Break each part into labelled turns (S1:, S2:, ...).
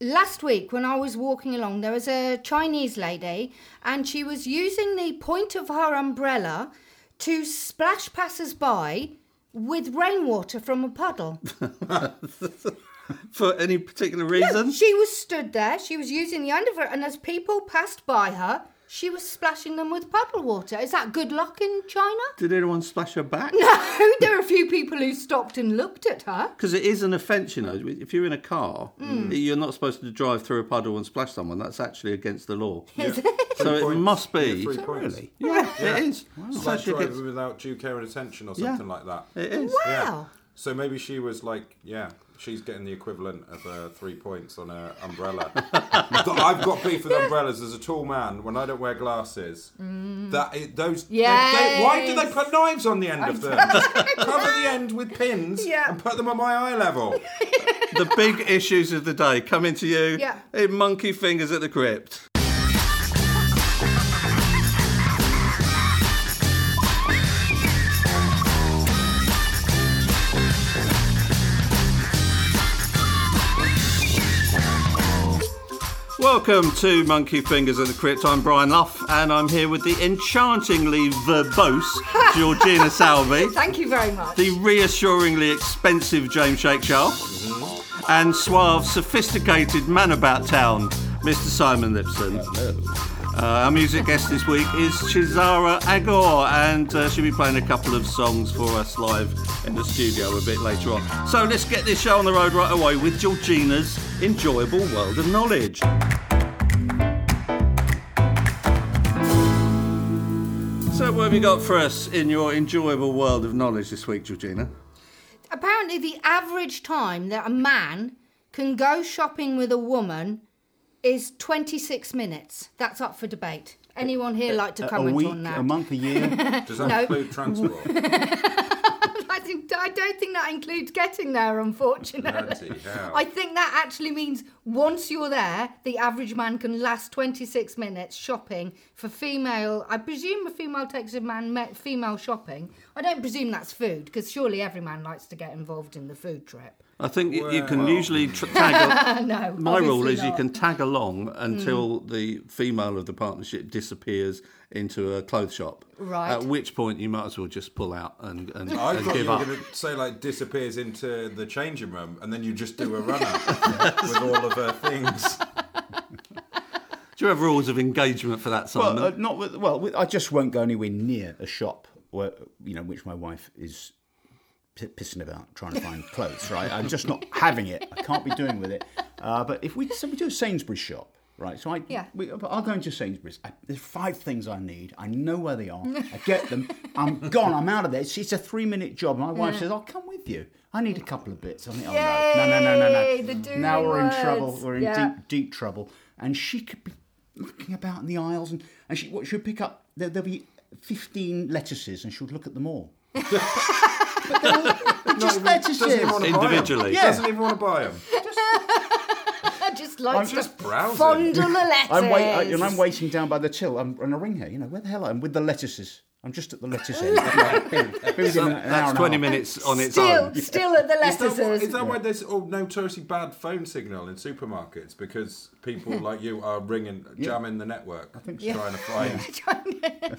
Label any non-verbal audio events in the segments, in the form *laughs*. S1: last week when I was walking along, there was a Chinese lady, and she was using the point of her umbrella to splash passers-by with rainwater from a puddle.
S2: For any particular reason?
S1: She was stood there, she was using the end of her, and as people passed by her, she was splashing them with puddle water. Is that good luck in China? *laughs*
S2: Did anyone splash her back?
S1: No, there are a few people who stopped and looked at her.
S2: Because it is an offence, you know. If you're in a car, you're not supposed to drive through a puddle and splash someone. That's actually against the law. So it
S3: points.
S2: must be.
S3: Yeah, three points.
S2: Really? Yeah, it is.
S3: It's
S2: It's
S3: like
S2: actually
S3: driver
S2: against-
S3: without due care and attention or
S2: Yeah.
S3: something like that.
S2: It is.
S1: Wow.
S3: So maybe she was like, yeah, she's getting the equivalent of uh, three points on her umbrella. But I've got beef with umbrellas as a tall man when I don't wear glasses. That i- those they- they- why do they
S1: Yes.
S3: put knives on the end of them? Just Cover the end with pins
S1: Yeah.
S3: and put them at my eye level.
S2: the big issues of the day coming to you
S1: Yeah.
S2: in Monkey Fingers at the Crypt. Welcome to Monkey Fingers at the Crypt. I'm Brian Luff, and I'm here with the enchantingly verbose Georgina Salvi
S1: Thank you very much.
S2: the reassuringly expensive James Shakespeare, and suave, sophisticated man about town, Mr. Simon Lipson. Uh, our music guest this week is Chizara Agor, and uh, she'll be playing a couple of songs for us live in the studio a bit later on. So let's get this show on the road right away with Georgina's enjoyable world of knowledge. So, what have you got for us in your enjoyable world of knowledge this week, Georgina?
S1: Apparently, the average time that a man can go shopping with a woman is 26 minutes. That's up for debate. Anyone here like to
S4: a
S1: comment
S4: week,
S1: on that?
S4: a month, a year.
S3: Does that
S1: No.
S3: include transport?
S1: *laughs* I, think, I don't think that includes getting there, unfortunately.
S3: Bloody hell.
S1: I think that actually means once you're there, the average man can last 26 minutes shopping for female. I presume a female takes a man me- female shopping. I don't presume that's food because surely every man likes to get involved in the food trip. *laughs*
S2: I think you, you can
S3: Well-
S2: usually tr- tag. al-
S1: No,
S2: my rule
S1: obviously
S2: is you
S1: not. Hmm.
S2: can tag along until the female of the partnership disappears into a clothes shop.
S1: Right.
S2: At which point you might as well just pull out and, and,
S3: I
S2: and
S3: thought you
S2: give
S3: were
S2: up.
S3: going to say like disappears into the changing room and then you just do a run up with all of her things.
S2: Do you have rules of engagement for that, Simon?
S4: well, uh, not with, well. With, I just won't go anywhere near a shop where you know which my wife is p- pissing about trying to find clothes. Right, I'm just not having it. I can't be doing with it. Uh, but if we so we do a Sainsbury's shop. Right, so I
S1: Yeah.
S4: we, but I'll go into Sainsbury's. I, there's five things I need. I know where they are. I get them. I'm gone. I'm out of there. It's, it's a three minute job. My wife says, "I'll come with you. I need a couple of bits." I think, "Oh no, no, no, no,
S1: Yay,
S4: no,
S1: the
S4: no."
S1: doing
S4: Now we're in trouble.
S1: words.
S4: We're in
S1: Yeah.
S4: deep deep trouble, and she could be mucking about in the aisles, and, and she what she'll pick up there, there'll be fifteen lettuces, and she'll look at them all. *laughs* but they're all-
S3: Doesn't
S4: they're just
S3: even want
S4: lettuces.
S3: to buy 'em.
S2: Individually. Yeah.
S3: Doesn't even want to buy them.
S1: I just like
S4: I'm
S1: to
S4: just
S3: browsing.
S1: fondle the letters.
S4: I'm wait, I, and I'm waiting down by the till, I'm, and I ring her. You know where the hell I'm with the lettuces. I'm just at the lettuce end. *laughs*
S2: That's
S4: That's
S2: 20 minutes on its
S1: still,
S2: own.
S1: still at the
S3: Is that, why, is
S1: letters.
S3: that why there's all notoriously bad phone signal in supermarkets? Because
S1: *laughs*
S3: people like you are ringing, jamming the network, I think trying to find.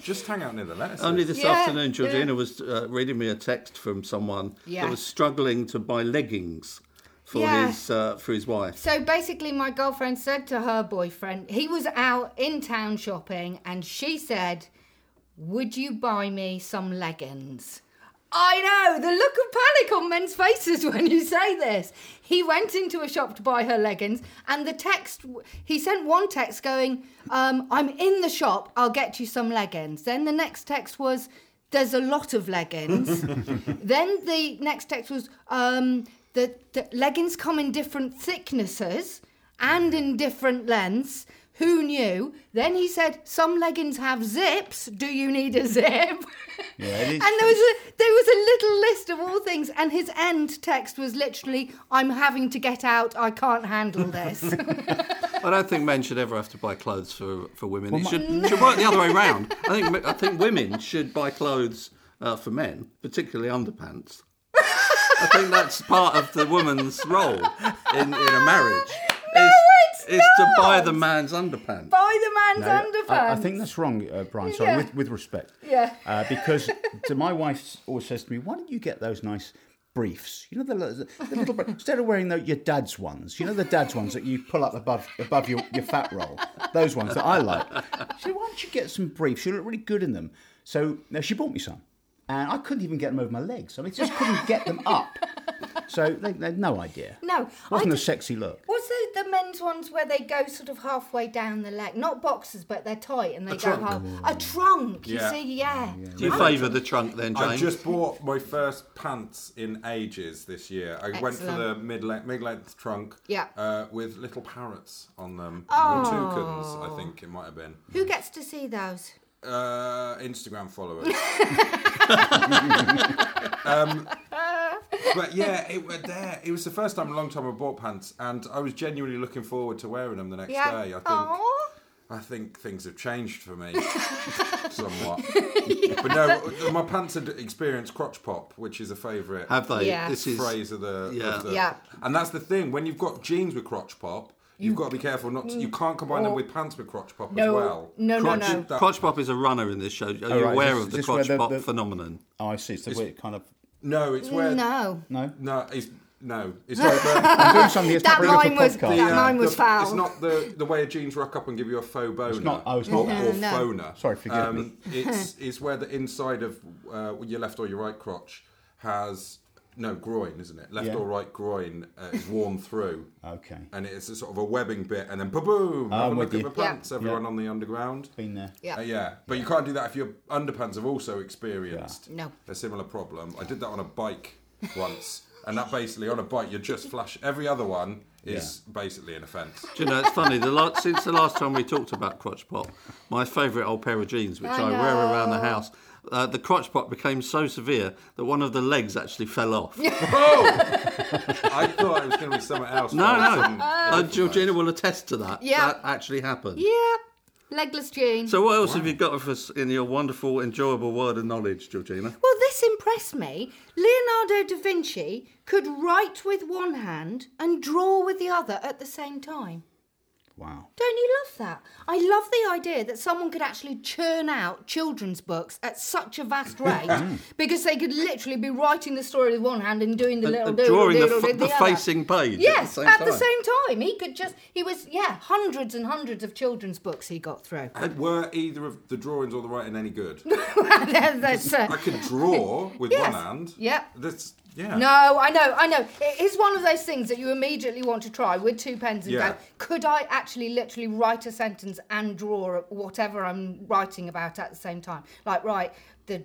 S1: *laughs*
S3: *laughs* just hang out near the lettuces.
S2: Only this
S1: Yeah,
S2: afternoon, Georgina
S1: yeah.
S2: was uh, reading me a text from someone
S1: Yeah.
S2: that was struggling to buy leggings for
S1: Yeah.
S2: his uh, for his wife.
S1: So basically, my girlfriend said to her boyfriend, he was out in town shopping, and she said, Would you buy me some leggings? I know the look of panic on men's faces *laughs* when you say this. He went into a shop to buy her leggings, and the text he sent one text going, um, "I'm in the shop. I'll get you some leggings." Then the next text was, "There's a lot of leggings." then the next text was, um, the, the leggings come in different thicknesses and in different lengths. Who knew? Then he said, "Some leggings have zips. Do you need a *laughs* zip?"
S4: Yeah, it is.
S1: and there was a there was a little list of all things, and his end text was literally, "I'm having to get out. I can't handle
S4: *laughs*
S1: this."
S2: I don't think men should ever have to buy clothes for, for women. it
S4: my-
S1: *laughs*
S2: should, should work the other way around. I think I think women should buy clothes uh, for men, particularly underpants. I think that's part of the woman's role in, in a marriage. is to buy the man's underpants.
S1: Buy the man's
S4: No,
S1: underpants.
S4: I, I think that's wrong, uh, Brian. Sorry,
S1: Yeah.
S4: with, with respect.
S1: Yeah.
S4: Uh, because *laughs* to my wife always says to me, "Why don't you get those nice briefs? You know the, li- the little bri- instead of wearing the, your dad's ones. You know the dad's ones that you pull up above above your, your fat roll. Those ones that I like. She said, "Why don't you get some briefs? You look really good in them." So now she bought me some, and I couldn't even get them over my legs. I mean, just couldn't get them up. So they, they had no idea.
S1: No, I
S4: wasn't a
S1: d-
S4: sexy look.
S1: What's the, the men's ones where they go sort of halfway down the leg? Not boxes, but they're tight and they go
S3: trunk.
S1: half. A trunk, you
S3: Yeah.
S1: see, yeah.
S2: Do you favour the trunk then, James?
S3: I just bought my first pants in ages this year. I went for the
S1: Excellent.
S3: mid-length, mid-length trunk
S1: Yeah. Oh.
S3: uh, with little parrots on them. Or toucans, I think it might have been.
S1: Who gets to see those?
S3: Uh,
S1: *laughs*
S3: Instagram followers. um, but yeah, it were there. It was the first time in a long time I bought pants, and I was genuinely looking forward to wearing them the next
S1: Yeah.
S3: day. I think
S1: Aw.
S3: I think things have changed
S1: *laughs*
S3: for me somewhat. But no, my pants had experienced crotch pop, which is a favourite
S2: Have they?
S1: Yeah.
S2: This is
S3: phrase of the,
S2: Yeah.
S3: of the-
S1: Yeah.
S3: and that's the thing when you've got jeans with crotch pop you've got to be careful not to, you can't combine them with pants with crotch pop as
S1: Mm. No,
S3: well
S1: no, no,
S2: crotch,
S1: no.
S3: That-
S2: crotch pop is a runner in this show. Are you
S4: right,
S2: aware
S4: is
S2: of
S4: this-
S2: the
S4: is this where
S2: crotch
S4: the-
S2: pop
S4: the-
S2: phenomenon?
S4: Oh, I see. So we're kind of
S3: no it's where
S1: No.
S4: no.
S3: no it's no
S1: *laughs*
S3: it's not the,
S4: I'm doing something that's
S1: Ah, That
S4: not really for
S1: line was-
S4: podcast.
S1: that Yeah. line- Mine
S3: the-
S1: was foul.
S3: It's not the, the way jeans rock up and give you a faux boner.
S4: not- oh, it's
S3: or,
S4: not
S1: that.
S3: or
S1: No, no, no.
S3: phoner. Um,
S4: Sorry, forgive me.
S3: It's,
S1: *laughs*
S3: it's where the inside of uh, your left or your right crotch has no groin, isn't it? Left
S4: Yeah.
S3: or right groin uh, is worn through.
S4: Okay.
S3: And it's a sort of a webbing bit, and then boom, have a
S4: Oh, I'm
S3: look
S4: with
S3: at
S4: you.
S3: the pants,
S4: Yeah.
S3: everyone on the underground.
S4: Been there.
S1: Yeah. *laughs*
S3: Uh, yeah, but you can't do that if your underpants have also experienced
S1: No.
S3: a similar problem. I did that on a bike *laughs* once, and that basically on a bike you just flash. Every other one is basically an offence.
S1: *laughs*
S2: Do you know, it's funny. The last, since the last time we talked about crotch pop, my favourite old pair of jeans, which
S1: I
S2: I, wear around the
S1: know.
S2: house, uh, the crotch pop became so severe that one of the legs actually fell off.
S1: *laughs*
S3: Oh! I thought it was going to be somewhere else.
S2: No,
S3: but
S1: *laughs*
S3: it's
S1: Oh.
S2: no.
S3: in a
S2: Uh,
S3: different
S2: Georgina
S3: place.
S2: will attest to that.
S1: Yeah.
S2: That actually happened.
S1: Yeah. Legless jeans.
S2: So, what else have you got for us in your wonderful, enjoyable world of knowledge, Georgina?
S1: well, this impressed me. Leonardo da Vinci could write with one hand and draw with the other at the same time.
S4: Wow.
S1: Don't you love that? I love the idea that someone could actually churn out children's books at such a
S2: *laughs*
S1: vast rate because they could literally be writing the story with one hand and doing the little
S2: And
S1: doodle
S2: drawing the,
S1: doodle
S2: f-
S1: with
S2: the,
S1: other.
S2: facing page.
S1: Yes,
S2: at the same time.
S1: time. He could just, he was, yeah, hundreds and hundreds of children's books he got through. *laughs*
S3: And were either of the drawings or the writing any good?
S1: That's- *laughs* that's, uh,
S3: I could draw with
S1: Yes.
S3: one hand.
S1: Yep.
S3: That's yeah.
S1: No, I know, I know. It is one of those things that you immediately want to try with two pens and
S3: Yeah.
S1: go, could I actually literally write a sentence and draw whatever I'm writing about at the same time? Like, right, the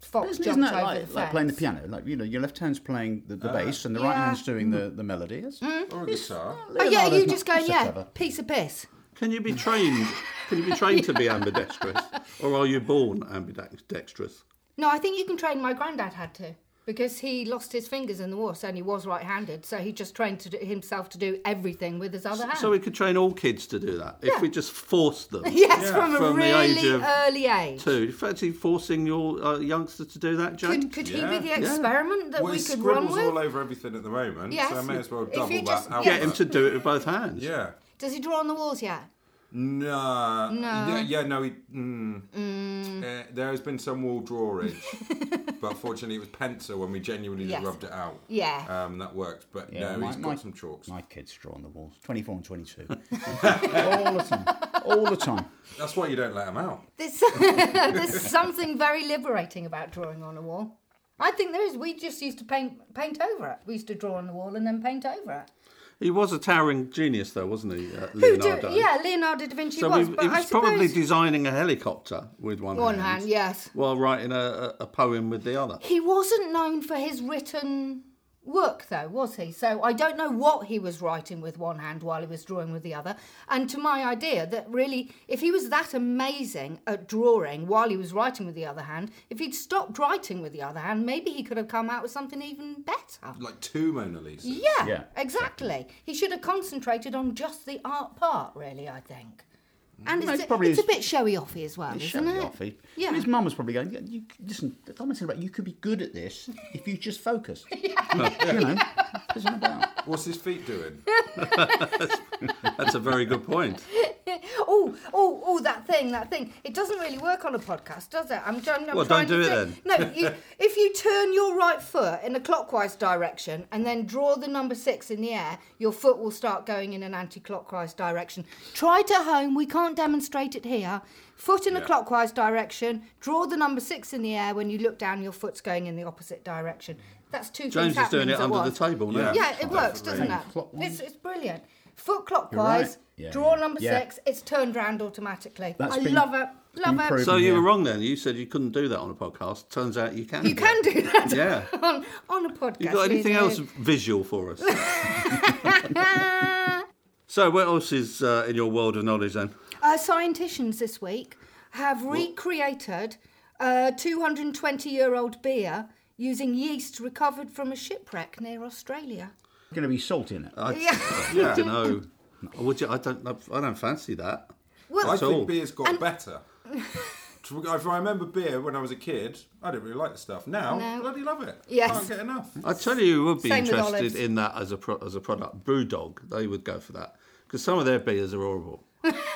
S1: fox
S4: Isn't,
S1: jumped
S4: isn't
S1: over
S4: that like,
S1: the
S4: like playing the
S1: fence. Uh,
S4: piano? Like you know, your left hand's playing the, the bass and the right
S1: yeah. Mm.
S4: hand's doing the, the melody. It's-
S3: Or a guitar.
S1: Oh, yeah,
S4: Leonardo's
S1: you just
S4: not
S1: go,
S4: so
S1: yeah,
S4: clever.
S1: piece of piss.
S2: Can you be trained? Can you be trained
S1: *laughs*
S2: to be ambidextrous, or are you born ambidextrous?
S1: No, I think you can train. My granddad had to because he lost his fingers in the war, so and he was right-handed, so he just trained to do, himself to do everything with his other hand. *laughs*
S2: So we could train all kids to do that if
S1: Ah. Yeah.
S2: we just forced them.
S1: *laughs* yes,
S3: Yeah,
S1: from a
S2: from the
S1: really
S2: age of
S1: early age.
S2: To effectively forcing your uh, youngsters to do that, Jane.
S1: Could, could he
S3: Yeah.
S1: be the experiment that
S3: Well,
S1: we
S3: it's
S1: could run
S3: scribbles
S1: with?
S3: all over everything at the moment,
S1: Yes.
S3: so I may as well
S1: If
S3: double
S1: you
S3: that
S1: just-
S3: out.
S2: Get him to do it with both hands.
S3: Yeah.
S1: Does he draw on the walls yet?
S3: No. No. Yeah, yeah, no. He, mm. Uh, there has been some wall
S1: *laughs*
S3: drawage, but fortunately it was pencil when we genuinely
S1: Yes.
S3: just rubbed it out.
S1: Yeah.
S3: Um, that worked, but
S4: Yeah,
S3: no,
S4: my-
S3: he's got
S4: my-
S3: some chalks.
S4: My kids draw on the walls, twenty-four and twenty-two, *laughs* all the time, all
S1: *laughs*
S4: the time.
S3: That's why you don't let him out.
S2: *laughs*
S1: There's, *laughs* there's something very liberating about drawing on a wall. I think there is. We just used to paint paint over it. We used to draw on the wall and then paint over it.
S2: He was a towering genius, though, wasn't he, uh,
S1: Who do-
S2: Leonardo?
S1: yeah, Leonardo da Vinci
S2: So
S1: was,
S2: we,
S1: but
S2: he
S1: I
S2: was
S1: suppose
S2: probably designing a helicopter with one,
S1: one
S2: hand,
S1: hand, yes.
S2: while writing a, a, a poem with the other.
S1: He wasn't known for his written work, though, was he? So I don't know what he was writing with one hand while he was drawing with the other. And to my idea, that really, if he was that amazing at drawing while he was writing with the other hand, if he'd stopped writing with the other hand, maybe he could have come out with something even better.
S3: Like two Mona Lisas.
S1: Yeah,
S4: Yeah,
S1: exactly. He should have concentrated on just the art part, really, I think. And
S4: No,
S1: it's,
S4: it probably
S1: it's a
S4: is-
S1: bit showy offy as well,
S4: It's
S1: isn't
S4: showing
S1: it?
S4: off. He-
S1: Yeah.
S4: His mum was probably going. "Yeah, You, listen, Thomas said about you could be good at this if you
S1: *laughs*
S4: just focus. you know, it's not about.
S1: *laughs*
S3: What's his feet doing?
S2: That's a very good point.
S1: Oh, oh, oh, that thing, that thing. It doesn't really work on a podcast, does it? I'm, i
S2: Well,
S1: trying
S2: don't do
S1: to
S2: it
S1: think. No,
S2: *laughs*
S1: you, if you turn your right foot in a clockwise direction and then draw the number six in the air, your foot will start going in an anti clockwise direction. Try it at home. We can't demonstrate it here. Foot in a
S3: Yeah.
S1: clockwise direction, draw the number six in the air. When you look down, your foot's going in the opposite direction. That's two things
S2: Jones is
S1: happening
S2: doing it
S1: at
S2: under the
S1: once.
S2: table now.
S3: Yeah.
S1: Yeah, it works, doesn't
S4: Definitely.
S1: it?
S4: Clockwise.
S1: It's, it's brilliant. Foot
S4: right.
S1: clockwise,
S4: Yeah,
S1: draw
S4: yeah.
S1: number
S4: Yeah.
S1: six, it's turned round automatically.
S4: That's
S1: I
S4: been
S1: love it. Love it.
S4: improved.
S2: So you
S4: Yeah.
S2: were wrong then. You said you couldn't do that on a podcast. Turns out you can.
S1: You can
S2: *laughs*
S1: do that
S2: Yeah.
S1: *laughs* on, on a podcast.
S2: You got anything
S1: Lulu.
S2: else visual for us?
S1: Ah.
S2: so what else is uh, in your world of knowledge then?
S1: Uh, scienticians this week have recreated a 220 year old beer using yeast recovered from a shipwreck near Australia.
S4: Going to be salt in it.
S1: *laughs*
S2: I, *laughs*
S1: Yeah.
S2: I don't know. Would you, I don't. I don't fancy that.
S1: Well,
S3: I
S2: That's all.
S3: think beer's got
S1: *laughs*
S3: better. if I remember beer when I was a kid, I didn't really like the stuff. Now,
S1: No.
S3: bloody love it.
S1: Yes.
S3: Can't get enough.
S2: I tell you, who would be
S1: Same with olives.
S2: interested in that as a pro- as a product. Brewdog, they would go for that because some of their beers are horrible.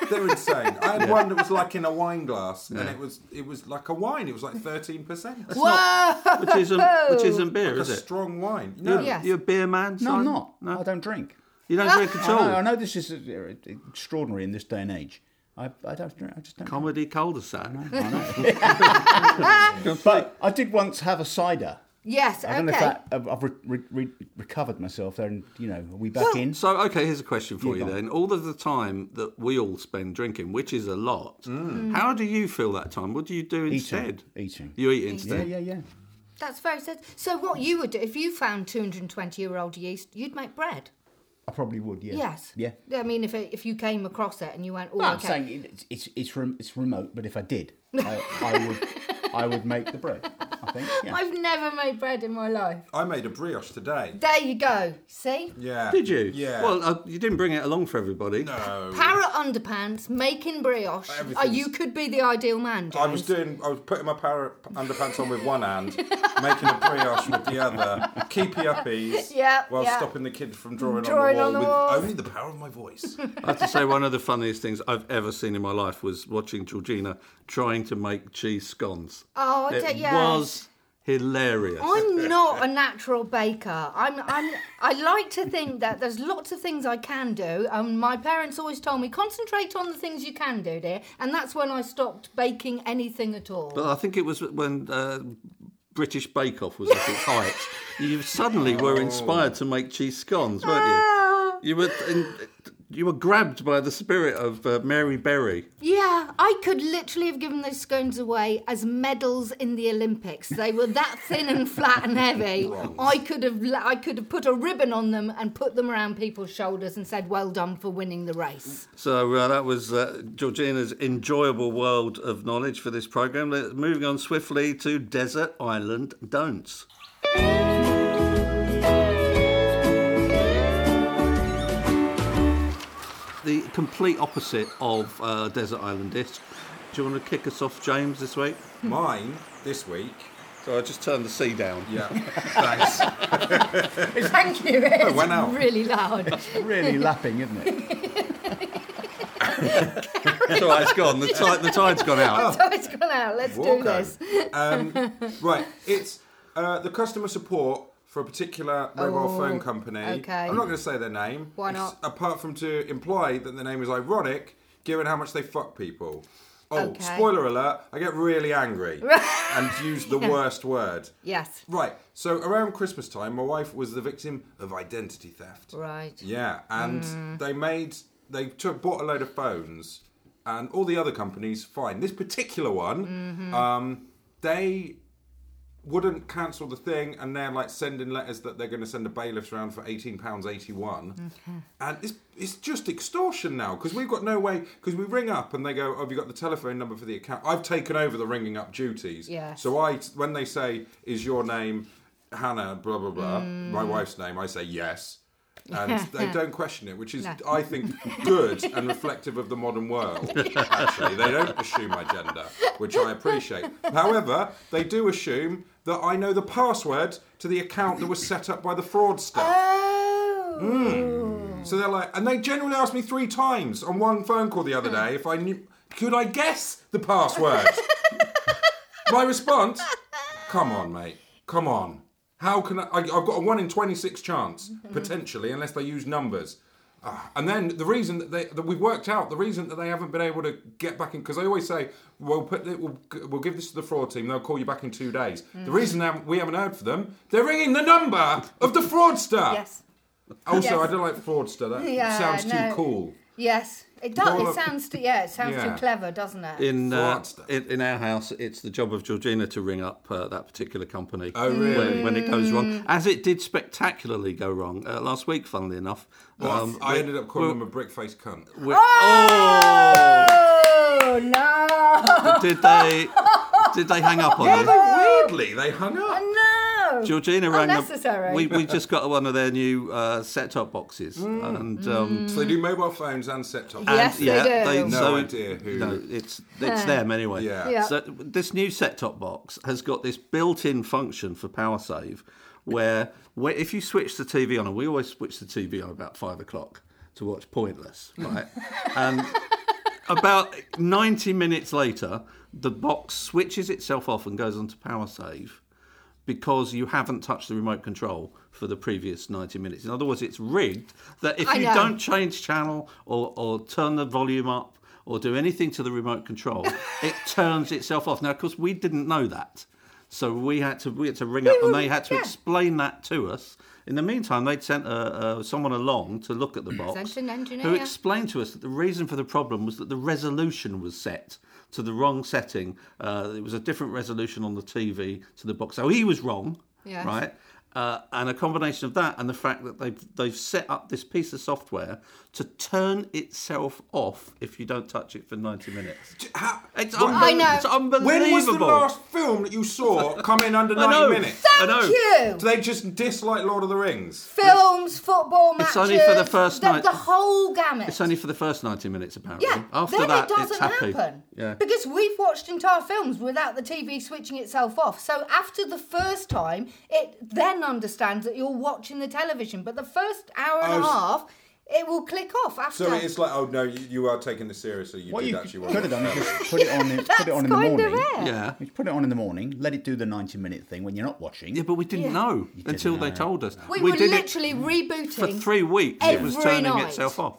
S3: They're insane. I
S4: *laughs*
S3: had one that was like in a wine glass, and it was it was like a wine. It was like thirteen percent.
S1: whoa!
S2: Which isn't which isn't beer,
S3: A
S2: is it?
S3: strong wine.
S2: You're,
S3: No,
S1: Yes.
S2: you're a beer man.
S4: No,
S2: Simon?
S4: I'm not. I
S2: No,
S4: don't drink.
S2: you don't drink at all.
S4: I know, I know this is uh, extraordinary in this day and age. I, I don't. drink- I just don't.
S2: Comedy cul-de-sac.
S4: But I did once have a cider.
S1: Yes,
S4: I don't know if
S1: okay.
S4: that, I've, I've re- re- re- recovered myself there, and you know, are we back in?
S2: So, okay, here's a question for
S4: Yeah,
S2: you
S4: go on.
S2: then. All of the time that we all spend drinking, which is a lot,
S4: Mm.
S2: how do you feel that time? What do you do instead?
S4: Eating.
S2: You eat
S4: Yeah,
S2: instead.
S4: yeah, yeah.
S1: That's very sad. So, what you would do if you found 220 year old yeast, you'd make bread.
S4: I probably would. Yeah.
S1: Yes.
S4: Yeah.
S1: I mean, if it, if you came across it and you went, oh,
S4: No, I'm
S1: okay.
S4: saying it- it's it's it's, rem- it's remote, but if I did, I, I would I would make the bread. I think. Yeah.
S1: I've never made bread in my life.
S3: I made a brioche today.
S1: There you go. See?
S3: Yeah.
S2: Did you?
S3: Yeah.
S2: Well, uh, you didn't bring it along for everybody.
S3: no.
S1: Parrot underpants, making brioche. Uh,
S3: Everything's-
S1: you could be the ideal man.
S3: I
S1: James.
S3: was doing. I was putting my para- underpants on with one hand, making a brioche with the other, keepy uppies,
S1: Yeah,
S3: while
S1: yeah.
S3: stopping the kid from drawing,
S1: Drawing on
S3: on
S1: the
S3: the wall
S1: wall.
S3: with only the power of my voice.
S2: I have to say, one of the funniest things I've ever seen in my life was watching Georgina trying to make cheese scones.
S1: Oh, I
S2: it
S1: don't- yes.
S2: was hilarious.
S1: I'm not a natural baker. I'm, I'm, I like to think that there's lots of things I can do. And my parents always told me, concentrate on the things you can do, dear. And that's when I stopped baking anything at all.
S2: But I think it was when uh, British Bake Off was at its height. You suddenly were inspired to make cheese scones, weren't you? You were in, you were grabbed by the spirit of uh, Mary Berry.
S1: Yeah, I could literally have given those scones away as medals in the Olympics. They were that thin and flat and
S3: *laughs*
S1: heavy. I could have la- I could have put a ribbon on them and put them around people's shoulders and said, "Well done for winning the race."
S2: So uh, that was uh, Georgina's enjoyable world of knowledge for this program. Let- Moving on swiftly to desert island don'ts. The complete opposite of uh, desert island disc. Do you want to kick us off, James, this week?
S3: Mine this week.
S2: So I just turned the sea down.
S3: Yeah. Thanks.
S1: Thank you. It's
S3: Oh, went out.
S1: really loud. *laughs*
S4: really lapping, isn't it?
S2: It's all right, it's gone. The, tide, the tide's gone out.
S1: so Oh, it's gone out. Let's do
S3: Walker.
S1: this. *laughs*
S3: Um, right, it's uh, the customer support for a particular mobile
S1: Oh,
S3: phone company.
S1: okay.
S3: I'm not going to say their name.
S1: Why
S3: ex-
S1: not?
S3: Apart from to imply that the name is ironic, given how much they fuck people. Oh,
S1: Okay.
S3: spoiler alert! I get really
S1: *laughs*
S3: angry and use the worst word.
S1: Yes.
S3: Right. So around Christmas time, my wife was the victim of identity theft.
S1: Right. Mm.
S3: Yeah, and they made they took bought a load of phones, and all the other companies fine. This particular one,
S1: Mm-hmm.
S3: um, they wouldn't cancel the thing, and they're like sending letters that they're going to send a bailiffs round for eighteen pounds eighty one, and it's it's just extortion now because we've got no way because we ring up and they go, oh, "Have you got the telephone number for the account?" I've taken over the ringing up duties,
S1: Yes.
S3: So I when they say, "Is your name Hannah?" blah blah blah, my
S1: Mm.
S3: wife's name, I say yes.
S1: *laughs*
S3: And they don't question it, which is,
S1: No.
S3: I think, good and reflective of the modern world. Actually, they don't assume my gender, which I appreciate. However, they do assume that I know the password to the account that was set up by the fraudster.
S1: Oh.
S3: So they're like, and they generally asked me three times on one phone call the other day if I knew, could I guess the password? My response, come on, mate, come on. How can I? I I've got a one in 26 chance, potentially, unless they use numbers. Ah, and then the reason that, they, that we've worked out, the reason that they haven't been able to get back in, because I always say, we'll, put the, we'll, we'll give this to the fraud team, they'll call you back in two days. The reason they haven't- we haven't heard from them, they're ringing the number of the fraudster.
S1: Yes.
S3: Also,
S1: Yes.
S3: I don't like fraudster. That
S1: Yeah,
S3: sounds
S1: no.
S3: too cool.
S1: Yes. It does.
S3: Well,
S1: It sounds too. Yeah. It sounds
S3: yeah.
S1: too clever, doesn't it?
S2: in, uh,
S3: Fraudster.
S2: in in our house, it's the job of Georgina to ring up uh, that particular company
S3: Oh, really?
S2: when, when it goes
S1: Mm.
S2: wrong, as it did spectacularly go wrong uh, last week. Funnily enough, Um,
S3: I
S2: we-
S3: ended up calling them a brick faced cunt.
S2: we- oh!
S1: oh no!
S2: did they did they hang up on you?
S1: Oh.
S3: Weirdly, they hung up.
S1: No.
S2: Georgina rang
S1: Unnecessary.
S2: up. We, we just got one of their new uh, set top boxes, and um,
S3: So they do mobile phones and set top.
S1: Mm. Yes,
S2: and, yeah,
S1: they do.
S2: They,
S1: No
S2: so,
S3: idea who-
S2: No, it's it's them anyway.
S3: Yeah.
S1: Yeah.
S2: So this new set top box has got this built-in function for power save, where, where if you switch the TV on, and we always switch the TV on about five o'clock to watch Pointless, right? and about ninety minutes later, the box switches itself off and goes on to power save. Because you haven't touched the remote control for the previous 90 minutes. In other words, it's rigged that if
S1: I
S2: you
S1: know.
S2: don't change channel or, or turn the volume up or do anything to the
S1: *laughs*
S2: remote control, it turns itself off. Now, of course, we didn't know that. So we had to we had to ring up and they had to
S1: yeah.
S2: explain that to us. In the meantime, they'd sent uh, uh, someone along to look at the box,
S1: Sent an engineer.
S2: who explained to us that the reason for the problem was that the resolution was set to the wrong setting. Uh, it was a different resolution on the TV to the box, so he was wrong,
S1: Yes.
S2: right? right? Uh, and a combination of that and the fact that they've they've set up this piece of software to turn itself off if you don't touch it for ninety minutes.
S3: How-
S2: It's,
S3: What-
S2: unbelievable.
S1: I know.
S2: it's unbelievable.
S3: when was the last film that you saw come in
S2: *laughs*
S3: under
S2: I know.
S3: 90 minutes?
S2: I know.
S1: Thank you.
S3: Do they just dislike Lord of the Rings?
S1: Films, football matches.
S2: It's only for the first
S1: the,
S2: night.
S1: The whole gamut.
S2: It's only for the first ninety minutes, apparently.
S1: Yeah.
S2: After
S1: then
S2: that,
S1: it doesn't
S2: it's happy.
S1: happen.
S2: Yeah.
S1: Because we've watched entire films without the TV switching itself off. So after the first time, it then understands that you're watching the television. But the first hour and
S3: Oh,
S1: a
S3: s-
S1: half, it will click off after.
S3: So it's like, oh no, you, you are taking this seriously. You
S4: What
S3: did
S4: you
S3: actually
S4: could
S3: want
S4: have done is just put it on, in, put it on in the
S1: That's kind
S4: morning.
S1: of it.
S2: yeah.
S4: You put it on in the morning. Let it do the ninety-minute thing when you're not watching.
S2: Yeah, but we didn't
S1: Yeah.
S2: know
S4: didn't
S2: until they
S4: know.
S2: told us.
S1: we, were
S2: did
S1: literally rebooting.
S2: it for three weeks. It was
S1: every
S2: turning
S1: night.
S2: itself off.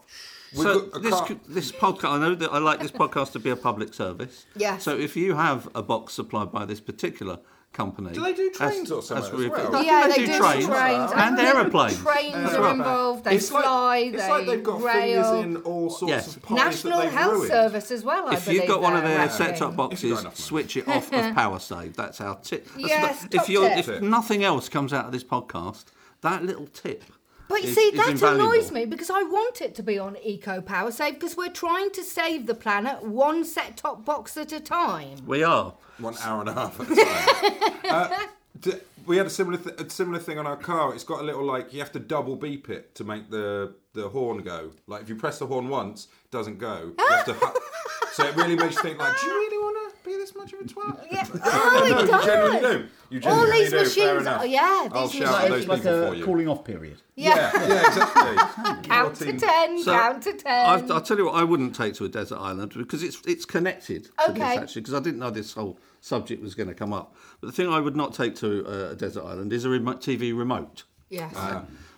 S3: We've
S2: so
S3: got a
S2: this
S3: car-
S2: could- this podcast, I know that I like this podcast to be a public service.
S1: Yes.
S2: So if you have a box supplied by this particular company, do
S3: they do trains or something as well?
S1: Yeah, they, do, trains,
S2: trains, and
S1: I remember
S2: aeroplanes.
S1: Trains
S2: as
S1: are
S2: well.
S1: involved. They
S3: it's like,
S1: fly.
S3: it's
S1: they
S3: like they've got
S1: rail.
S3: fingers in all sorts
S2: Yes.
S3: of pies
S1: National
S3: that they've
S1: Health
S3: ruined.
S1: Service as well. I
S2: If you've
S1: believe
S2: got one of
S1: they're uh,
S2: their
S1: out
S2: set-top
S1: doing.
S2: boxes,
S3: enough money.
S2: switch it off of power save. That's our tip. That's
S1: Yes,
S2: the-
S1: top
S2: if you're,
S1: tip.
S2: if nothing else comes out of this podcast, that little tip.
S1: But you
S2: is-
S1: see,
S2: is
S1: that
S2: invaluable.
S1: annoys me because I want it to be on Eco Power Save because we're trying to save the planet one set top box at a time.
S2: We are.
S3: One hour and a half at a
S1: *laughs*
S3: time. Uh, d- we had a similar th- a similar thing on our car. It's got a little like you have to double beep it to make the the horn go. Like if you press the horn once, it doesn't go. You have
S1: *laughs*
S3: to hu- so it really makes you think like, do you really want to be this much of a twat?
S1: *laughs* Yeah.
S3: No,
S1: Oh, it
S3: you generally
S1: does.
S3: do. You
S1: All
S3: generally
S1: these
S3: do. Fair
S1: machines.
S3: enough.
S1: Oh, yeah, these
S3: I'll
S1: machines.
S3: shout at those
S4: it's like
S3: people for
S4: a
S3: you.
S4: cooling off period.
S1: *laughs* Yeah.
S3: Yeah, yeah, exactly.
S1: *laughs* Count to
S3: Fourteen.
S1: ten.
S2: So,
S1: count to 10
S2: I, I'll tell you what, I wouldn't take to a desert island because it's it's connected to this
S1: Okay.
S2: actually. Because I didn't know this whole subject was going to come up. But the thing I would not take to uh, a desert island is a remote TV remote.
S1: yes.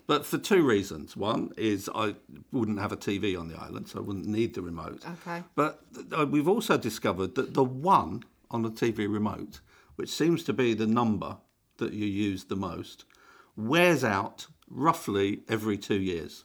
S2: But for two reasons. One is I wouldn't have a TV on the island, so I wouldn't need the remote.
S1: Okay.
S2: But uh, we've also discovered that the one on the TV remote, which seems to be the number that you use the most, wears out roughly every two years.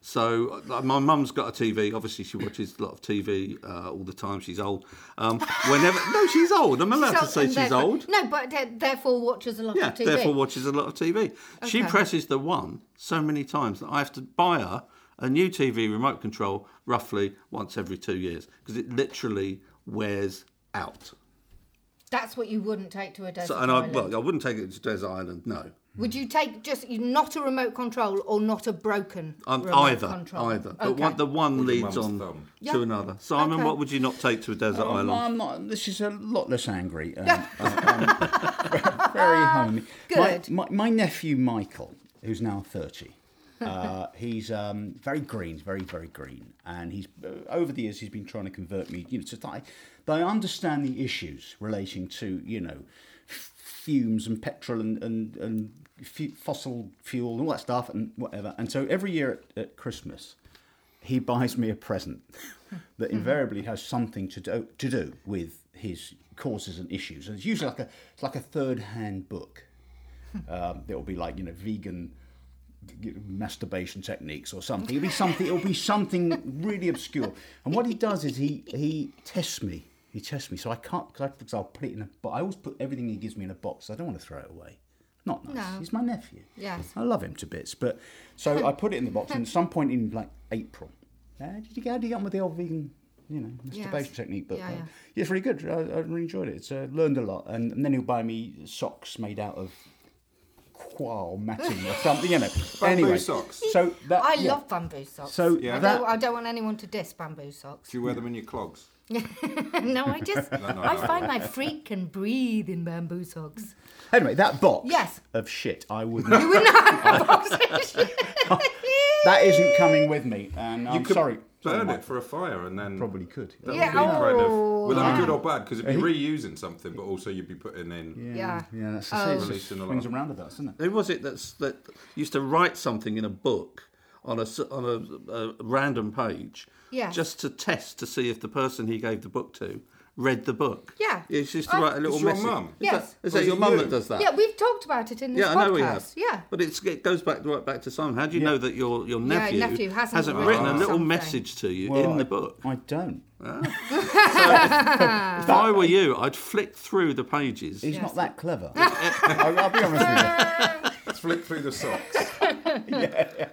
S2: So like, my mum's got a TV. Obviously, she watches a lot of TV uh, all the time. She's old. Um, whenever no, she's old. I'm allowed to
S1: So-
S2: say
S1: and
S2: she's
S1: therefore-
S2: old.
S1: No, but de- therefore watches a lot
S2: Yeah,
S1: of TV.
S2: therefore watches a lot of TV. She
S1: Okay.
S2: presses the one so many times that I have to buy her a new TV remote control roughly once every two years because it literally wears out.
S1: That's what you wouldn't take to a desert
S2: So, and I,
S1: island.
S2: well, I wouldn't take it to Desert Island, no.
S1: Would you take just not a remote control or not a broken
S2: Um,
S1: remote
S2: either,
S1: control?
S2: either.
S1: okay.
S2: But one, the one leads
S3: mum's
S2: on
S3: thumb.
S2: to another. Simon,
S1: Okay. Oh,
S2: what would you not take to a desert
S4: I'm,
S2: island?
S4: I'm not. This is a lot less angry. Um, I'm- I'm very homey. My-
S1: Good.
S4: My, my nephew Michael, who's now thirty, Uh, he's um, very green, very very green, and he's uh, over the years he's been trying to convert me, you know, to that. But I understand the issues relating to you know fumes and petrol and and, and f- fossil fuel and all that stuff and whatever. And so every year at, at Christmas, he buys me a present *laughs* that invariably has something to do, to do with his causes and issues. And it's usually like a it's like a third hand book. Um, it'll be like you know vegan masturbation techniques or something. It'll be something. It'll be something really obscure. And what he does is he he tests me. He tests me, so I can't because I'll put it in a. But I always put everything he gives me in a box. I don't want to throw it away. Not nice.
S1: No.
S4: He's my nephew.
S1: Yes.
S4: I love him to bits. But so I put it in the box, and at some point in like April, uh, did you get how did you get on with the old vegan, you know, masturbation
S1: Yes.
S4: technique book?
S1: Yeah,
S4: Uh,
S1: yeah.
S4: yeah, it's really good. I, I really enjoyed it. It's uh, learned a lot, and, and then he'll buy me socks made out of quail matting or something, you know.
S3: *laughs* Bamboo
S4: anyway,
S3: socks.
S4: So that,
S1: I
S4: Uh, yeah.
S1: love bamboo socks.
S4: So
S1: I,
S3: Yeah.
S1: don't, I
S4: that
S1: don't want anyone to diss bamboo socks. *laughs*
S3: Do you wear them in your clogs?
S1: no, I just
S3: no,
S1: I
S3: no.
S1: find my freak can breathe in bamboo
S4: *laughs*
S1: socks. *laughs*
S4: anyway that box
S1: Yes.
S4: of shit. I would. not
S1: *laughs* Boxes.
S4: that isn't coming with me, and I'm
S3: could
S4: sorry. Sorry,
S3: Burn
S4: Mike.
S3: it for a fire and then
S4: Probably could.
S3: That
S1: Yeah,
S3: would be kind of
S1: oh,
S3: well, that'd be
S1: yeah.
S3: good or bad because it'd be reusing something, but also you'd be putting in.
S1: Yeah. Oh.
S4: Yeah, that's the thing. It just
S3: Releasing a lot.
S4: swings around with us, isn't it?
S2: Who was it that's, that used to write something in a book on a s- on a, a random page,
S1: Yeah.
S2: just to test to see if the person he gave the book to read the book?
S1: Yeah.
S2: it's just to
S1: I-
S2: write a little
S3: It's your
S2: message.
S3: mum?
S2: Is
S1: Yes.
S2: that, is
S3: Or
S2: that
S3: is
S2: your
S3: it
S2: mum
S3: you?
S2: that does that?
S1: yeah, we've talked about it in this
S2: Yeah, I
S1: podcast.
S2: know we have.
S1: Yeah.
S2: but it's, it goes back right back to some. How do you know that your your nephew,
S1: nephew hasn't
S2: written
S1: written
S2: a little
S1: something.
S2: message to you
S4: Well,
S2: in the
S4: I-
S2: book?
S4: I don't.
S1: Uh,
S2: If I were you, I'd flick through the pages.
S4: He's not
S2: *laughs*
S4: that clever. I'll, I'll be honest with you.
S3: Flick through the socks. *laughs*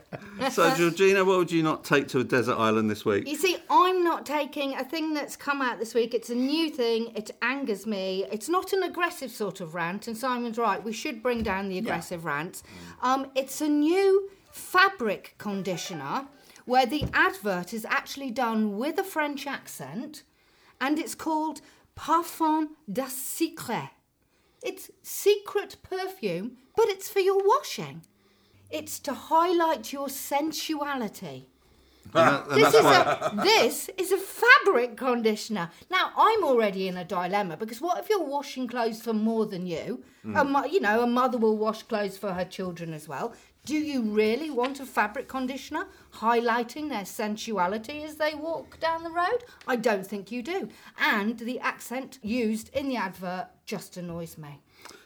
S2: So, Georgina, what would you not take to a desert island this week?
S1: You see, I'm not taking a thing that's come out this week. It's a new thing. It angers me. It's not an aggressive sort of rant, and Simon's right. We should bring down the aggressive rants. Um, it's a new fabric conditioner where the advert is actually done with a French accent, and it's called Parfum de Secret. It's secret perfume, but it's for your washing. It's to highlight your sensuality this is a *laughs* this is a fabric conditioner. Now I'm already in a dilemma because what if you're washing clothes for more than you?
S2: Hmm.
S1: A mo- you know, a mother will wash clothes for her children as well. Do you really want a fabric conditioner highlighting their sensuality as they walk down the road? I don't think you do. And the accent used in the advert just annoys me.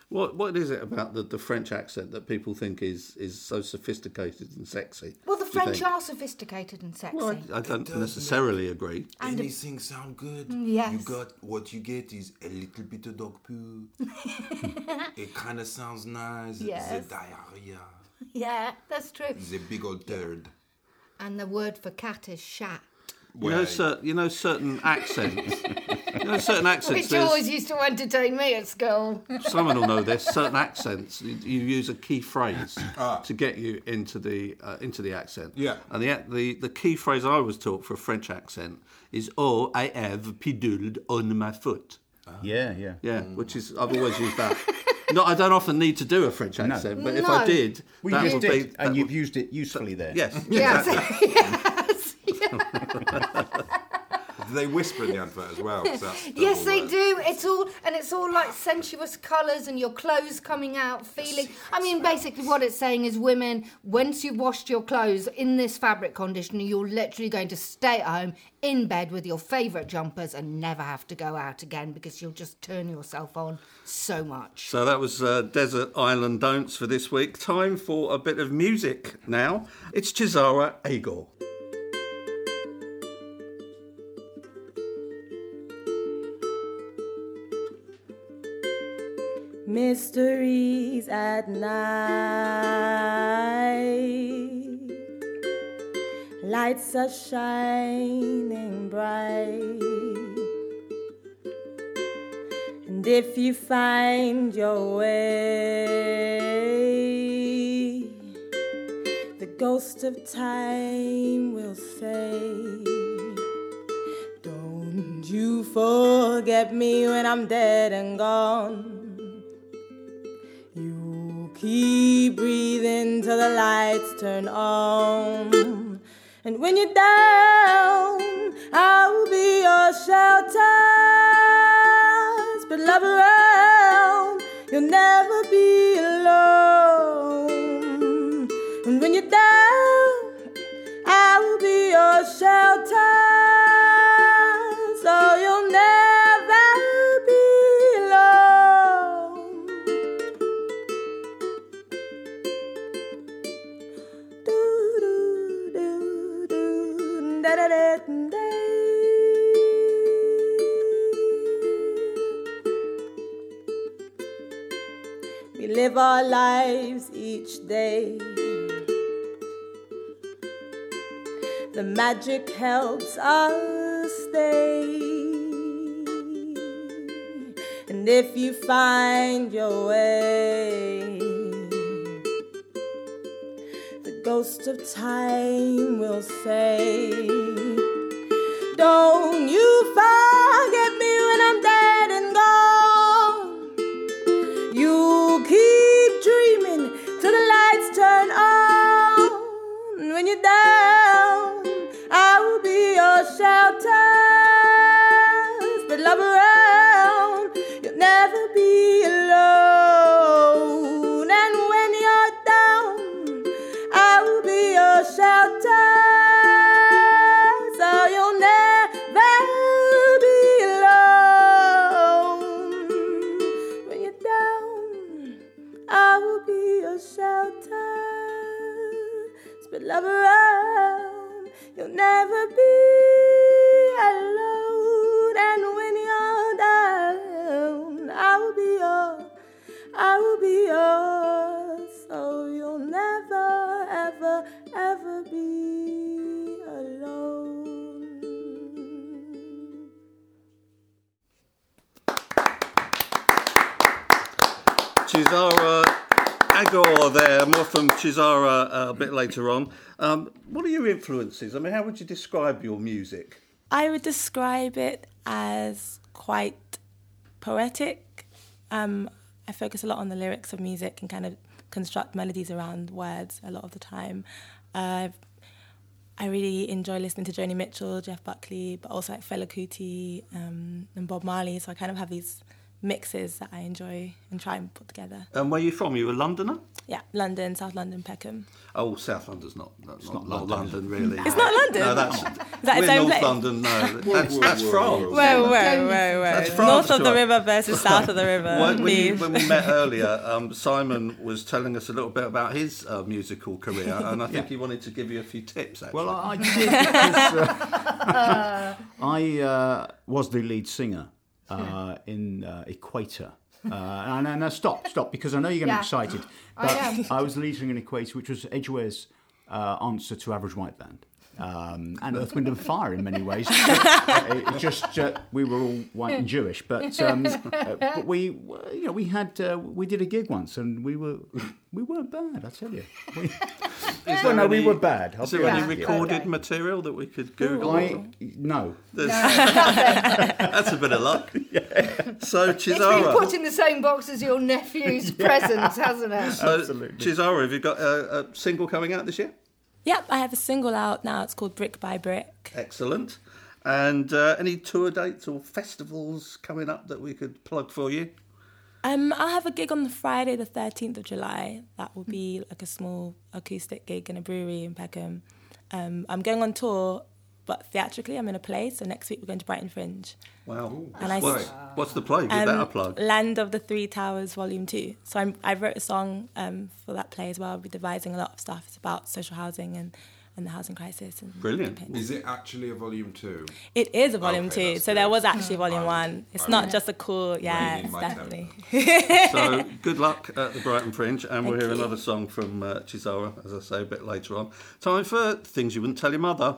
S2: What What is it about the, the French accent that people think is, is so sophisticated and sexy?
S1: Well, the
S2: do you
S1: French
S2: think?
S1: are sophisticated and sexy.
S2: Well, I, I don't necessarily agree.
S1: And a-
S5: Anything sound good?
S1: yes.
S5: You got what you get is a little bit of dog
S1: *laughs*
S5: poo. it kind of sounds nice.
S1: Yes.
S5: The diarrhea.
S1: *laughs* yeah, that's true.
S5: The big old turd.
S1: And the word for cat is shat.
S2: You know, cer- you know certain accents. you know certain accents.
S1: Which
S2: there's-
S1: always used to entertain me at
S2: *laughs*
S1: school.
S2: Someone will know this. Certain accents, you, you use a key phrase to get you into the uh, into the accent.
S3: Yeah.
S2: And the, the the key phrase I was taught for a French accent is "Oh, I have piduled on my foot."
S4: Yeah, yeah.
S2: Yeah, which is I've always used that. No, I don't often need to do a French accent, but if I
S1: No.
S2: did,
S4: We
S2: that
S4: used
S2: would
S4: it,
S2: be
S4: and
S2: that
S4: you've
S2: would-
S4: used it usefully there.
S2: yes.
S1: Yes.
S2: exactly.
S1: yes.
S3: Do they whisper in the advert as well? 'Cause that's
S1: *laughs* Yes,
S3: double
S1: they
S3: work.
S1: do. It's all and it's all like sensuous colours and your clothes coming out, feeling. I mean, basically, what it's saying is, women, once you've washed your clothes in this fabric conditioner, you're literally going to stay at home in bed with your favourite jumpers and never have to go out again because you'll just turn yourself on so much.
S2: So that was uh, Desert Island Don'ts for this week. Time for a bit of music now. It's Chisara Agor.
S6: Mysteries at night. Lights are shining bright. And if you find your way, the ghost of time will say, don't you forget me when I'm dead and gone. You keep breathing till the lights turn on. And when you're down, I will be your shelter. But love around, you'll never be alone. And when you're down, I will be your shelter, so Oh, you'll never be alone. Do do do do da da da da. We live our lives each day. The magic helps us stay. And if you find your way, the ghost of time will say, Don't you forget me when I'm dead and gone. You keep dreaming till the lights turn on. When you're down, I will be your shelter. Spread love around, you'll never be alone. And when you're down, I will be your shelter. So you'll never be alone. When you're down, I will be your shelter. Spread love around, you'll never be alone. And when you're down, I will be your, I will be yours. So you'll never, ever, ever be alone.
S2: Chisara Agor there, more from Chisara uh, a bit later on. Um, what are your influences? I mean, how would you describe your music?
S7: I would describe it as quite poetic. Um, I focus a lot on the lyrics of music and kind of construct melodies around words a lot of the time. Uh, I really enjoy listening to Joni Mitchell, Jeff Buckley, but also like Fela Kuti um, and Bob Marley. So I kind of have these mixes that I enjoy and try and put together.
S2: And Um, where are you from? You a Londoner?
S7: Yeah, London, South London, Peckham.
S2: Oh, South London's not, not, not, London. Oh. really.
S7: It's not London.
S2: No, that's
S7: that its
S2: we're
S7: own
S2: North
S7: place?
S1: *laughs*
S2: London. No, that's, that's France.
S7: Whoa, whoa, whoa,
S2: That's
S7: whoa.
S2: France,
S7: North of the
S2: right?
S7: river versus south of the river.
S2: When, when, you,
S7: please.
S2: when we met earlier, um, Simon was telling us a little bit about his uh, musical career, and I
S4: *laughs*
S2: think he wanted to give you a few tips. Actually.
S4: Well, I I did because
S1: *laughs*
S4: uh, I uh, was the lead singer uh, in uh, Equator. Uh, and, and uh, stop, stop, because I know you're getting
S1: Yeah.
S4: excited.
S1: I am.
S4: I was the lead singer in Equator, which was Edgeware's uh, answer to Average White Band. Um, and Earth, Wind and Fire in many ways. it, it just uh, we were all white and Jewish, but
S1: *laughs*
S4: um, uh, but we uh, you know we had uh, we did a gig once and we were we weren't bad, I tell you. We,
S2: Is
S4: well,
S2: there
S4: no, we
S2: any-
S4: were bad. I'll
S2: Is there
S4: be
S2: any
S4: honest with you.
S2: recorded material that we could Google?
S4: I no.
S2: *laughs* That's a bit of
S4: *laughs*
S2: luck. So
S1: It's been
S2: Chisara,
S1: put in the same box as your
S2: *laughs*
S1: nephew's presents, hasn't it?
S2: so, Chisara, have you got a, a single coming out this year?
S7: Yep, I have a single out now. It's called Brick by Brick.
S2: Excellent. And uh, any tour dates or festivals coming up that we could plug for you?
S7: Um, I'll have a gig on the Friday, the 13th of July. That will be like a small acoustic gig in a brewery in Peckham. Um, I'm going on tour, but theatrically, I'm in a play. So next week, we're going to Brighton Fringe.
S2: Wow.
S7: And I
S2: what's,
S7: s- Um,
S2: what's the play? Give that a plug.
S7: Land of the Three Towers, Volume Two. So I'm, I wrote a song um, for that play as well. I'll be devising a lot of stuff. It's about social housing and, and the housing crisis. And
S2: Brilliant.
S7: campaigns.
S3: Is it actually a volume two?
S7: It is
S2: Oh,
S7: a volume
S3: Okay,
S7: two.
S3: that's
S7: So
S3: good.
S7: there was
S2: Hmm.
S7: actually volume
S3: I-
S7: one. It's
S3: I
S7: not
S3: will
S7: just a cool. Yeah,
S3: in
S7: it's
S3: my
S7: definitely.
S2: So good luck at the Brighton Fringe, and we'll
S7: Thank
S2: hear
S7: you.
S2: another song from uh, Chisora, as I say, a bit later on. Time for things you wouldn't tell your mother.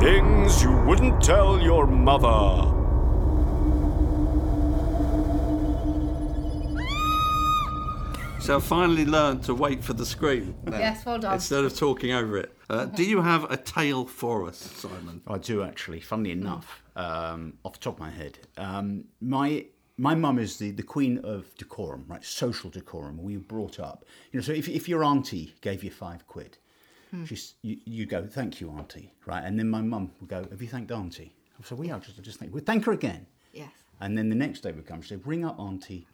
S8: Things you wouldn't tell your mother.
S2: So I finally learned to wait for the screen. now,
S1: Yes, well done.
S2: Instead of talking over it. Uh, do you have a tale for us, Simon?
S4: I do actually. Funnily enough, um, off the top of my head, um, my my mum is the, the queen of decorum, right? Social decorum. We were brought up, you know. So if, if your auntie gave you five quid, she's you, you go, thank you, auntie, right? And then my mum would go, have you thanked auntie? I said, we are just just thank. We thank her again.
S1: Yes.
S4: And then the next day would come, she'd say, ring up auntie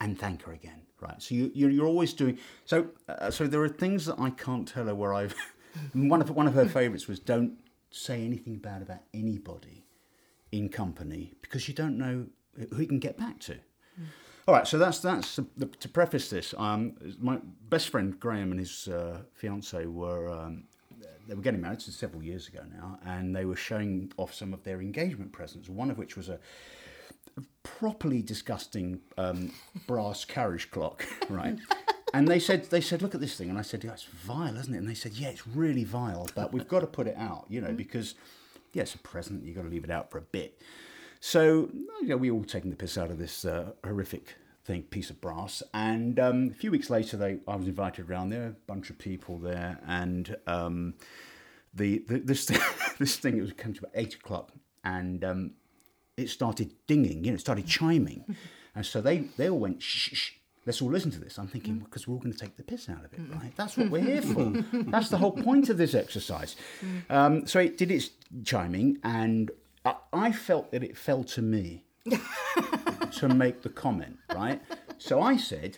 S4: and thank her again, right? So you, you're, you're always doing. So uh, so there are things that I can't tell her where I've. *laughs* and one of one of her favourites was don't say anything bad about anybody in company because you don't know who you can get back to. All right, so that's that's the, to preface this. Um, my best friend Graham and his uh, fiance were um, they were getting married this is several years ago now, and they were showing off some of their engagement presents. One of which was a properly disgusting um, brass carriage clock, *laughs* right? And they said, they said, look at this thing. And I said, yeah, it's vile, isn't it? And they said, yeah, it's really vile, but we've got to put it out, you know, because, yeah, it's a present. You've got to leave it out for a bit. So, you know, we all taking the piss out of this uh, horrific thing, piece of brass. And um, a few weeks later, they, I was invited around there, a bunch of people there. And um, the, the this, *laughs* this thing, it was come to about eight o'clock. And um, it started dinging, you know, it started chiming. *laughs* and so they, they all went, shh, shh, shh, let's all listen to this. I'm thinking, because we're all going to take the piss out of it, right? That's what we're here for. That's the whole point of this exercise. Um, so it did its chiming, and I, I felt that it fell to me to make the comment, right? So I said,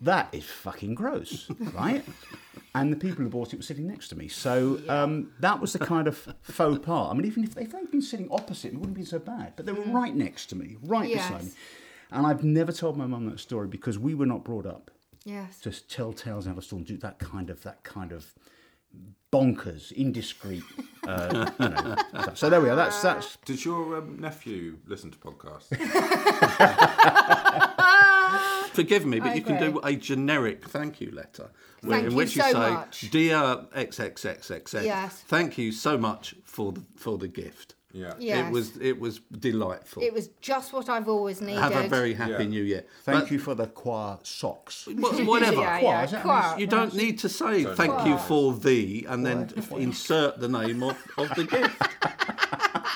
S4: that is fucking gross, right? and the people who bought it were sitting next to me. So um, that was the kind of faux pas. I mean, even if, if they'd been sitting opposite, it wouldn't be so bad. But they were right next to me, right beside
S1: Yes.
S4: me. And I've never told my mum that story because we were not brought up
S1: Yes.
S4: to tell tales out of school and do that kind of that kind of bonkers, indiscreet. Uh, you know, stuff. so there we are. That's that's
S3: Does your um, nephew listen
S1: *laughs*
S3: to podcasts?
S2: Forgive me, but you can
S1: agree.
S2: do a generic thank you letter, where-
S1: Thank
S2: in
S1: you
S2: which you
S1: so
S2: say,
S1: much.
S2: "Dear XXXXX,
S1: Yes.
S2: thank you so much for the, for the gift.
S3: Yeah.
S1: Yes.
S2: It was it was delightful.
S1: It was just what I've always needed.
S2: Have a very happy
S3: Yeah.
S2: New Year.
S4: thank
S2: But
S4: you for the choir socks.
S2: wha- Whatever.
S1: *laughs* Yeah,
S4: Qua,
S1: yeah,
S4: is that-
S1: qua.
S2: You don't need to say thank you for the and then insert the name of, of the gift.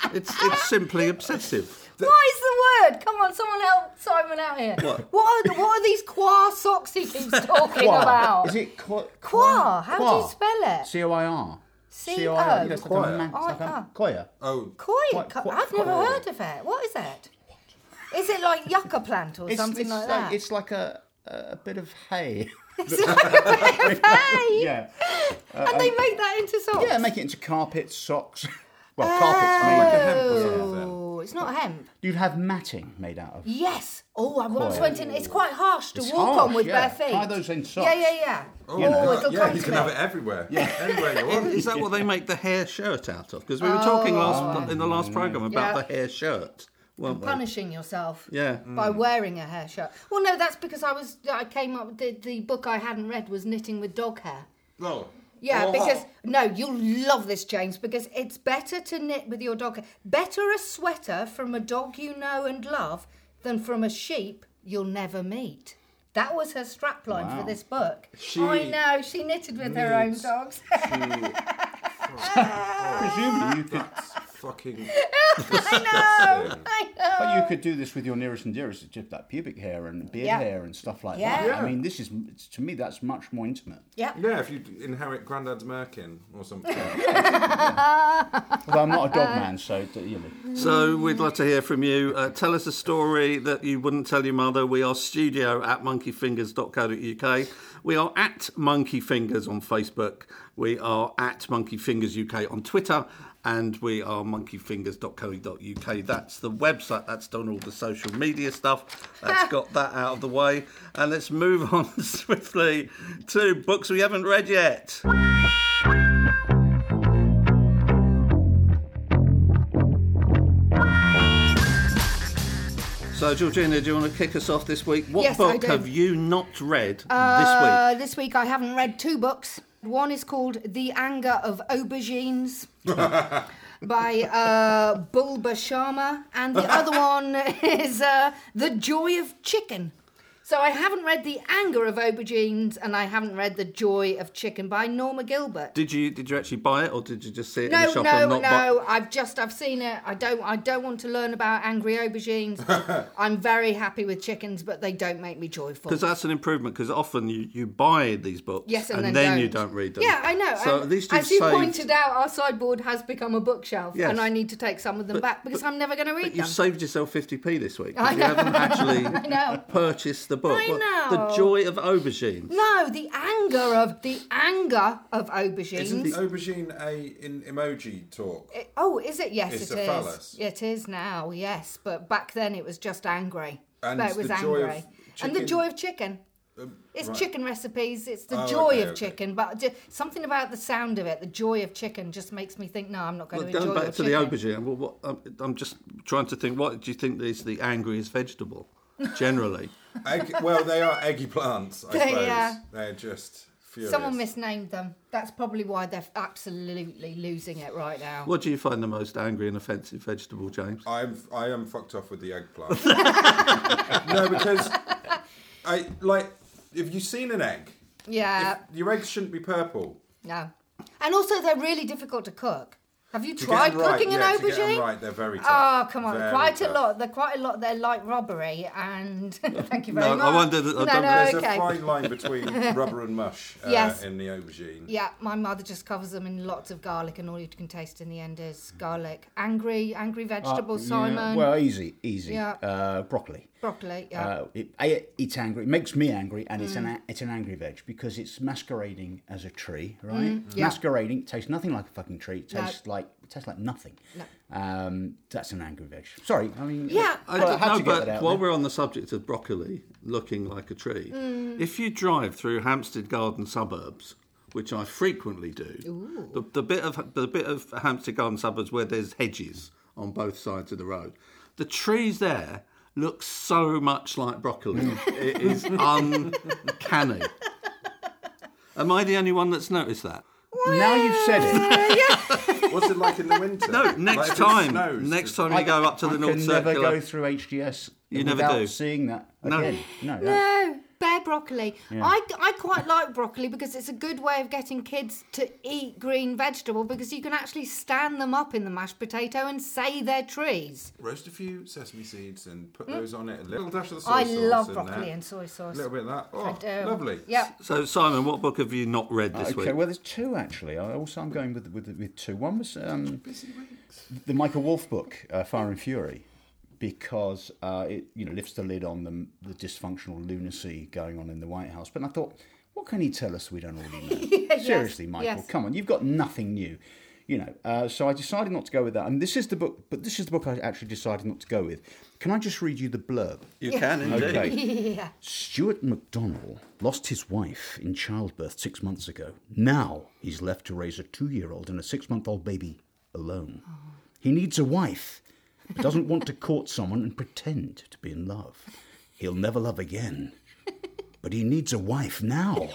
S3: *laughs*
S2: it's it's simply obsessive.
S1: What is the word? Come on, someone help Simon out here. What? What are, what are these qua socks he
S4: *laughs*
S1: keeps talking about?
S4: Is it qua?
S1: Qua? How do you spell it?
S4: C O I R.
S1: C
S4: C O I R.
S1: O
S4: You know, it's like
S3: Choir.
S4: a man- it's like um, a-
S1: I-R.
S4: Choir.
S3: Oh,
S1: Koi?
S4: Quite-
S1: Co-
S4: quite-
S1: I've never
S4: quite-
S1: heard of it. What is it? Is it like yucca plant or something like, that?
S4: It's like a, a bit of
S1: *laughs*
S4: hay. *laughs*
S1: Hey!
S4: Yeah.
S1: and they make that into socks.
S4: *laughs* Yeah, make it into carpets, socks. *laughs* Well, carpets made out of hemp.
S3: or something.
S1: Oh, it's not hemp.
S4: You'd have matting made out of.
S1: Yes. Oh, I once went in. It's quite harsh to
S4: It's
S1: walk
S4: harsh,
S1: on with
S4: yeah.
S1: bare feet.
S4: Try those in
S1: Yeah,
S4: socks.
S1: yeah, yeah. Oh,
S4: know.
S1: it'll
S3: yeah,
S1: come
S3: you
S1: to
S3: can
S1: me.
S3: have it everywhere. Yeah, anywhere you want.
S1: *laughs*
S2: Is that what they make the hair shirt out of? Because we were talking last in the last
S3: Mm.
S2: program about
S1: Oh. Yeah.
S2: the hair shirt, weren't we?
S1: Punishing yourself.
S2: Yeah.
S1: By
S3: Mm.
S1: wearing a hair shirt. Well, no, that's because I was. I came up. The, the book I hadn't read was Knitting with Dog Hair.
S3: No.
S1: Yeah,
S3: Oh.
S1: because no, you'll love this, James, because it's better to knit with your dog. Better a sweater from a dog you know and love than from a sheep you'll never meet. That was her strapline for this book. I know she knitted with her own
S3: knits.
S1: dogs.
S3: *laughs*
S4: *laughs* Presumably
S1: *laughs*
S4: you could,
S3: That's fucking.
S1: I know. Oh, I know.
S4: but you could do this with your nearest and dearest, just that pubic hair and beard
S1: Yeah.
S4: hair and stuff like
S1: Yeah.
S4: that.
S1: Yeah.
S4: I mean, this is to me that's much more intimate.
S1: Yeah.
S3: Yeah, if you inherit Grandad's Merkin
S1: *laughs*
S3: or something.
S4: Although I'm not a
S1: Uh,
S4: dog man, so d- you know.
S2: So we'd love to hear from you. Uh, tell us a story that you wouldn't tell your mother. We are studio at monkeyfingers.co.uk. We are at monkeyfingers on Facebook. We are at monkeyfingers UK on Twitter. And we are monkeyfingers.co.uk. That's the website. That's done all the social media stuff. That's got that out of the way. And let's move *laughs* on swiftly to books we haven't read yet. So, Georgina, do you want to kick us off this week? What
S1: Yes, I
S2: book
S1: do.
S2: have you not read this week?
S1: Uh, this week I haven't read two books. One is called The Anger of
S2: *laughs*
S1: Aubergines by uh,
S2: *laughs*
S1: Bulba Sharma, and the other one is uh, The Joy of Chicken. It's So I haven't read The Anger of Aubergines and I haven't read The Joy of Chicken by Norma Gilbert.
S2: Did you did you actually buy it or did you just see it in the
S1: No,
S2: shop
S1: no,
S2: and
S1: no.
S2: not buy?
S1: I've just I've seen it. I don't I don't want to learn about angry
S2: *laughs*
S1: aubergines. I'm very happy with chickens, but they don't make me joyful.
S2: Because that's an improvement. Because often you, you buy these books,
S1: Yes, and,
S2: then,
S1: don't.
S2: you don't read them.
S1: Yeah, I know.
S2: So
S1: and
S2: at least
S1: as you
S2: saved,
S1: pointed out, our sideboard has become a bookshelf,
S2: Yes.
S1: and I need to take some of them back because I'm never going to read
S2: You've
S1: them.
S2: saved yourself 50p this week.
S1: I
S2: 'cause You
S1: know.
S2: haven't
S1: *laughs* I
S2: actually
S1: know.
S2: purchased the book.
S1: I
S2: The
S1: know.
S2: joy of aubergine.
S1: No, the anger of the anger of
S3: Isn't
S1: aubergines.
S3: aubergine a in emoji talk?
S1: It- oh, is it? Yes,
S3: It's
S1: it
S3: a
S1: is.
S3: phallus.
S1: It is now. Yes, but back then it was just angry.
S3: And
S1: that was
S3: the joy
S1: angry.
S3: of
S1: And the
S3: chicken- Um,
S1: joy of chicken. It's
S3: right.
S1: chicken recipes. It's the
S3: Oh,
S1: joy
S3: okay,
S1: of
S3: okay.
S1: chicken, but ju- something about the sound of it, the joy of chicken, just makes me think, no, I'm not going
S2: Well,
S1: to enjoy
S2: going back
S1: your
S2: to the
S1: chicken.
S2: aubergine, well, what, I'm, I'm just trying to think. What do you think is the angriest vegetable?
S1: *laughs*
S2: Generally,
S3: Egg, well, they are eggy plants, I
S1: They
S3: suppose.
S1: are.
S3: They're just furious.
S1: Someone misnamed them. That's probably why they're absolutely losing it right now.
S2: what do you find the most angry and offensive vegetable, James?
S3: I'm I am fucked off with the
S1: *laughs*
S3: eggplant. no, because I like. Have you seen an egg?
S1: Yeah,
S3: If- your eggs shouldn't be purple.
S1: no. And also, they're really difficult to cook. Have you
S3: To get
S1: tried
S3: 'em right,
S1: cooking
S3: yeah,
S1: an
S3: To get 'em
S1: aubergine?
S3: right, they're very tough.
S1: Oh come on!
S3: Very
S1: quite a
S3: tough.
S1: lot. They're quite a lot. They're like robbery, and *laughs* thank you very
S2: No, I
S1: much.
S2: wonder that- I
S1: no,
S2: don't-
S1: no,
S3: There's
S1: okay.
S3: a fine line
S1: *laughs*
S3: between rubber and mush uh,
S1: Yes.
S3: in the aubergine.
S1: Yeah, my mother just covers them in lots of garlic, and all you can taste in the end is garlic. Angry, angry
S3: Uh,
S1: vegetable, Simon.
S4: Well, easy, easy.
S1: Yeah.
S4: Uh, broccoli.
S1: broccoli. Yeah. *laughs*
S4: Uh, it, I, it's angry. It makes me angry, and it's an a- it's an angry veg because it's masquerading as a tree, right?
S1: Mm-hmm. yeah.
S4: Masquerading tastes nothing like a fucking tree. It
S1: No.
S4: tastes like it tastes like nothing. Um, that's an angry veg. Sorry, I mean,
S1: Yeah.
S4: I,
S1: I
S4: well, I
S2: don't
S4: had
S2: know,
S4: to get
S2: but
S4: that out.
S2: while
S4: there.
S2: we're on the subject of broccoli looking like a tree,
S4: Mm.
S2: if you drive through Hampstead Garden suburbs, which I frequently do, the, the bit of the bit of Hampstead Garden suburbs where there's hedges on both sides of the road, the trees there look so much like broccoli.
S4: *laughs*
S2: it is uncanny. Am I the only one that's noticed that?
S4: Now you've said it.
S3: What's it like in
S1: *laughs*
S3: the winter?
S4: *laughs*
S2: No,
S3: Like,
S2: next
S3: if it
S2: time,
S3: snows,
S2: next
S3: does-
S2: time you *laughs* go up to the
S4: I
S2: North
S4: can
S2: Circular,
S4: never go through HGS
S2: You never
S4: without
S2: do.
S4: seeing that
S2: No.
S4: again. No, no.
S1: no, Oh, bare broccoli. I, I quite like broccoli because it's a good way of getting kids to eat green vegetable because you can actually stand them up in the mashed potato and say they're trees.
S5: Roast a few sesame seeds and put
S3: Put those on it. A little dash of the soy
S1: Mm. I
S3: sauce
S1: love
S3: in
S1: broccoli
S3: there.
S1: and soy sauce. um,
S3: A little bit of that. Oh,
S1: I do.
S3: lovely.
S1: Yep.
S2: So, Simon, what book have you not read this
S4: Okay,
S2: week?
S4: well, there's two actually. I also I'm going with with, with two. One was um, the Michael Wolff book, uh, Fire and Fury, because uh, it you know lifts the lid on the, the dysfunctional lunacy going on in the White House. But I thought, what can he tell us we don't already
S1: *laughs*
S4: know? Seriously, Michael,
S1: yes.
S4: come on, you've got nothing new. You know, uh, so I decided not to go with that. And this is the book, but this is the book I actually decided not to go with. Can I just read you the blurb?
S2: you can indeed.
S4: *laughs*
S1: Yeah.
S4: Stuart MacDonald lost his wife in childbirth six months ago. Now he's left to raise a two year old and a six month old baby alone.
S1: Oh.
S4: He needs a wife, but doesn't want to court someone and pretend to be in love. He'll never love again, but he needs a wife
S1: *laughs*
S4: now.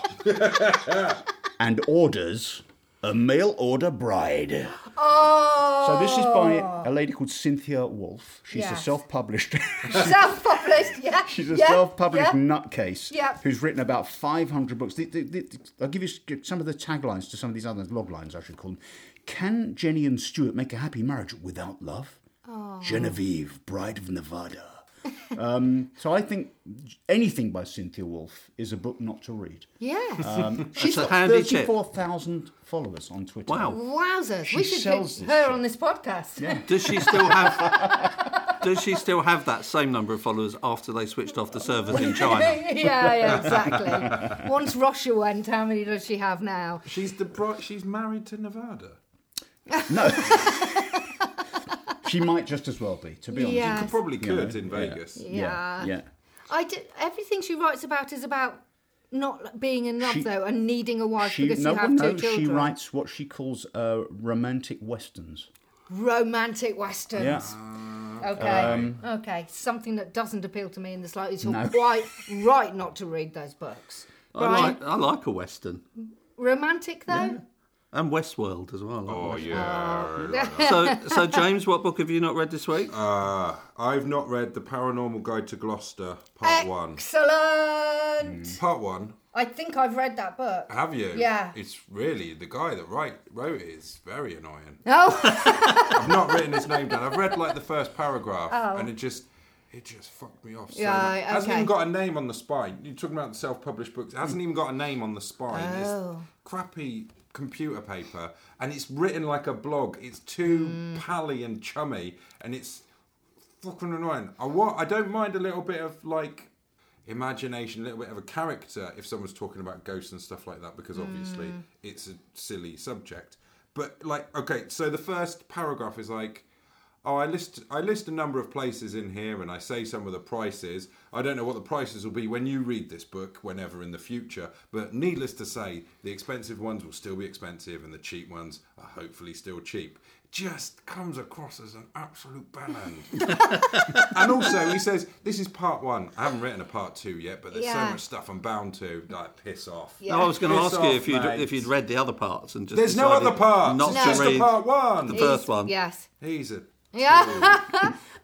S4: and orders a mail order bride.
S1: Oh,
S4: *laughs* So this is by a lady called Cynthia Wolfe. She's a
S1: Yes.
S4: self *laughs* published.
S1: Self-published. Yeah.
S4: She's a
S1: yeah,
S4: self-published
S1: yeah.
S4: nutcase
S1: Yeah.
S4: who's written about 500 books. The- the- the- I'll give you s- some of the taglines to some of these other log lines, I should call them. Can Jenny and Stuart make a happy marriage without love?
S1: Oh.
S4: Genevieve, Bride of Nevada. um, so I think anything by Cynthia Wolfe is a book not to read.
S1: Yes.
S4: She's
S2: a
S4: got
S2: handy tip.
S4: 34,000 followers on Twitter.
S2: Wow.
S1: Wowzers.
S4: She
S1: we should
S4: sells
S1: put
S4: this
S1: her
S4: shit.
S1: on this podcast. Yeah.
S2: Does she still have? does she still have that same number of followers after they switched off the servers in China?
S1: *laughs* yeah, exactly. Once Russia went, how many does she have now?
S3: She's the bri- She's married to Nevada.
S1: *laughs*
S4: No. she might just as well be, to be honest.
S1: Yeah.
S3: Could probably could in Vegas.
S4: Yeah.
S1: Yeah.
S4: yeah.
S1: I do, everything she writes about is about not being in love
S4: She-
S1: though and needing a wife
S4: She,
S1: because
S4: no
S1: you have
S4: one
S1: two
S4: knows.
S1: children.
S4: She writes what she calls uh, romantic westerns.
S1: romantic westerns.
S4: Yeah. Um,
S1: Okay. okay. Something that doesn't appeal to me in the slightest. You're
S4: No.
S1: quite right not to read those books.
S2: I
S1: Right.
S2: like I like a western.
S1: Romantic though.
S2: And Westworld as well.
S3: Oh yeah. *laughs*
S2: So, so James, what book have you not read this week?
S3: Uh, I've not read the Paranormal Guide to Gloucester Part One.
S1: Excellent.
S4: Mm.
S3: Part One.
S1: I think I've read that book.
S2: Ah.
S3: Have you?
S1: Yeah.
S3: It's really the guy that write, wrote it is very annoying.
S1: *laughs* Oh,
S3: I've not written his name down. I've read like the first paragraph, and it just it just fucked me off. So
S1: Oh. Yeah,
S3: much. It hasn't
S1: okay. Hmm.
S3: even got a name on the spine. You're talking about the self-published books. It hasn't even got a name on the spine.
S1: Oh.
S3: It's crappy computer paper, and it's written like a blog. It's too
S1: Hmm.
S3: pally and chummy, and it's fucking annoying. I want. I don't mind a little bit of like imagination, a little bit of a character if someone's talking about ghosts and stuff like that, because obviously it's a silly subject. But like, okay, so the first paragraph is like, oh, I list I list a number of places in here, and I say some of the prices. I don't know what the prices will be when you read this book, whenever in the future. But needless to say, the expensive ones will still be expensive, and the cheap ones are hopefully still cheap. Just comes across as an absolute band. And also, he says, "This is part one. I haven't written a part two yet, but there's
S1: Yeah.
S3: so much stuff I'm bound to. Like, piss off."
S2: No, I was going to
S3: Piss
S2: ask you
S3: off,
S2: if you'd
S3: mate.
S2: if you'd read the other parts and just.
S3: There's no
S2: decided
S3: other parts.
S2: Not
S3: It's
S2: to
S3: just
S2: read
S3: a part one.
S2: The *laughs* first one.
S1: yes.
S3: He's a
S1: Yeah.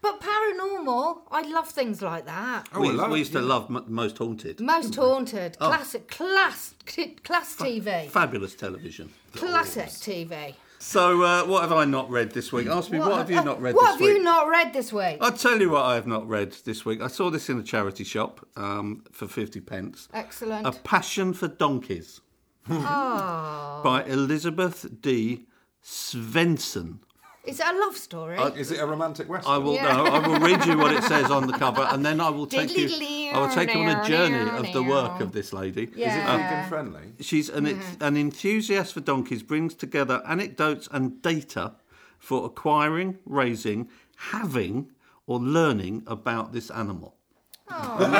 S1: but paranormal, I love things like that.
S3: Oh, I
S2: we,
S3: love
S2: we used to
S3: you.
S2: love M- Most Haunted.
S1: Most haunted,
S2: Oh.
S1: classic, class, t- class TV,
S2: Fabulous television.
S1: classic TV.
S2: So, uh, what have I not read this week? Ask me, what, have you not read
S1: What
S2: this
S1: have
S2: week? Uh,
S1: you not read this week?
S2: I'll tell you what I have not read this week. I saw this in a charity shop um, for 50 pence.
S1: Excellent.
S2: A Passion for Donkeys by Elizabeth D. Svensson.
S1: Is it a love story?
S2: uh,
S3: Is it a romantic western?
S2: I will
S1: Yeah.
S2: no, I will read you what it says on the cover, and then I will take you. I will take you on a journey of the work of this lady.
S3: Is it
S1: Yeah.
S3: vegan friendly?
S2: She's an, an enthusiast for donkeys, brings together anecdotes and data for acquiring, raising, having, or learning about this animal. *laughs* I'm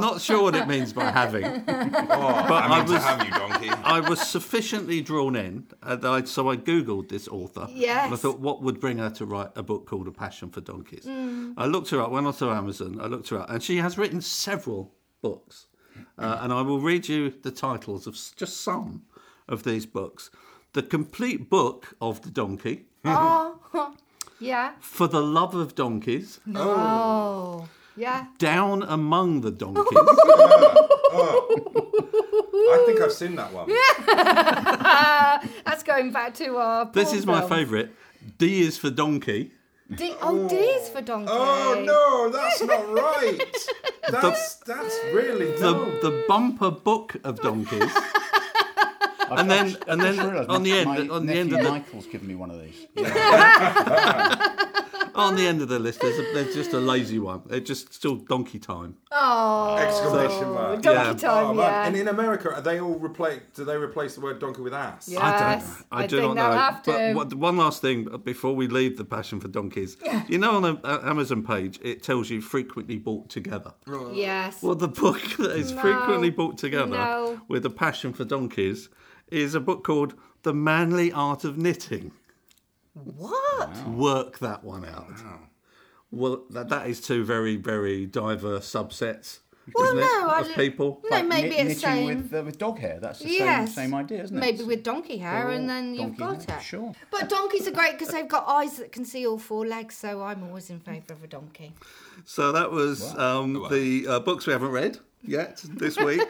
S2: not sure what it means by having, but I,
S5: To
S2: was
S5: have you, donkey.
S2: I was sufficiently drawn in, uh, that I, so I googled this author. And I
S1: Yes.
S2: thought, what would bring her to write a book called A Passion for Donkeys? I looked her up, went onto Amazon, I looked her up, and she has written several books. Uh, and I will read you the titles of s- just some of these books The Complete Book of the Donkey,
S1: yeah.
S2: For the Love of Donkeys,
S1: Oh. Yeah.
S2: Down Among the Donkeys.
S3: I think I've seen that one.
S1: That's going back to our.
S2: this
S1: porn
S2: is my
S1: film.
S2: favourite. D is for Donkey.
S1: D- oh, D is for donkey.
S3: Oh no, that's not right.
S1: *laughs*
S3: That's that's really
S2: the,
S3: no.
S2: the bumper book of donkeys. Ah. and then and then on the end
S4: my
S2: on the
S4: nephew
S2: end of the,
S4: Michael's given me one of these.
S2: on the end of the list there's, a, there's just a lazy one. It's just still donkey time. Oh.
S3: exclamation mark.
S1: Donkey
S2: yeah.
S3: Oh,
S1: time,
S3: man.
S1: yeah.
S3: And in America, are they all replace? Do they replace the word donkey with ass?
S1: Yeah. Yes,
S2: I,
S1: I
S2: do
S1: think
S2: not
S1: they'll
S2: know.
S1: have to.
S2: But what, one last thing before we leave the passion for donkeys. You know on the uh, Amazon page it tells you frequently bought together.
S1: yes.
S2: Well, the book that is frequently bought together
S1: No.
S2: with a passion for donkeys is a book called The Manly Art of Knitting.
S1: what?
S2: work that one out. Well, that, that is two very, very diverse subsets,
S1: Well,
S2: isn't
S1: no, I
S2: it, of
S1: li-
S2: people?
S1: No, maybe
S4: knit-
S1: it's
S4: knitting
S1: saying.
S4: with, uh, with dog hair. That's the
S1: Yes.
S4: same, same idea, isn't it?
S1: Maybe with donkey hair,
S4: They're all
S2: Oh,
S1: and then you've
S4: donkey
S1: got
S4: hair,
S1: it.
S4: sure.
S1: But donkeys are great because they've got eyes that can see all four legs, so I'm always in favour of a donkey.
S2: So that was
S3: Oh,
S2: um, the uh, books we haven't read yet
S1: *laughs*
S2: this week.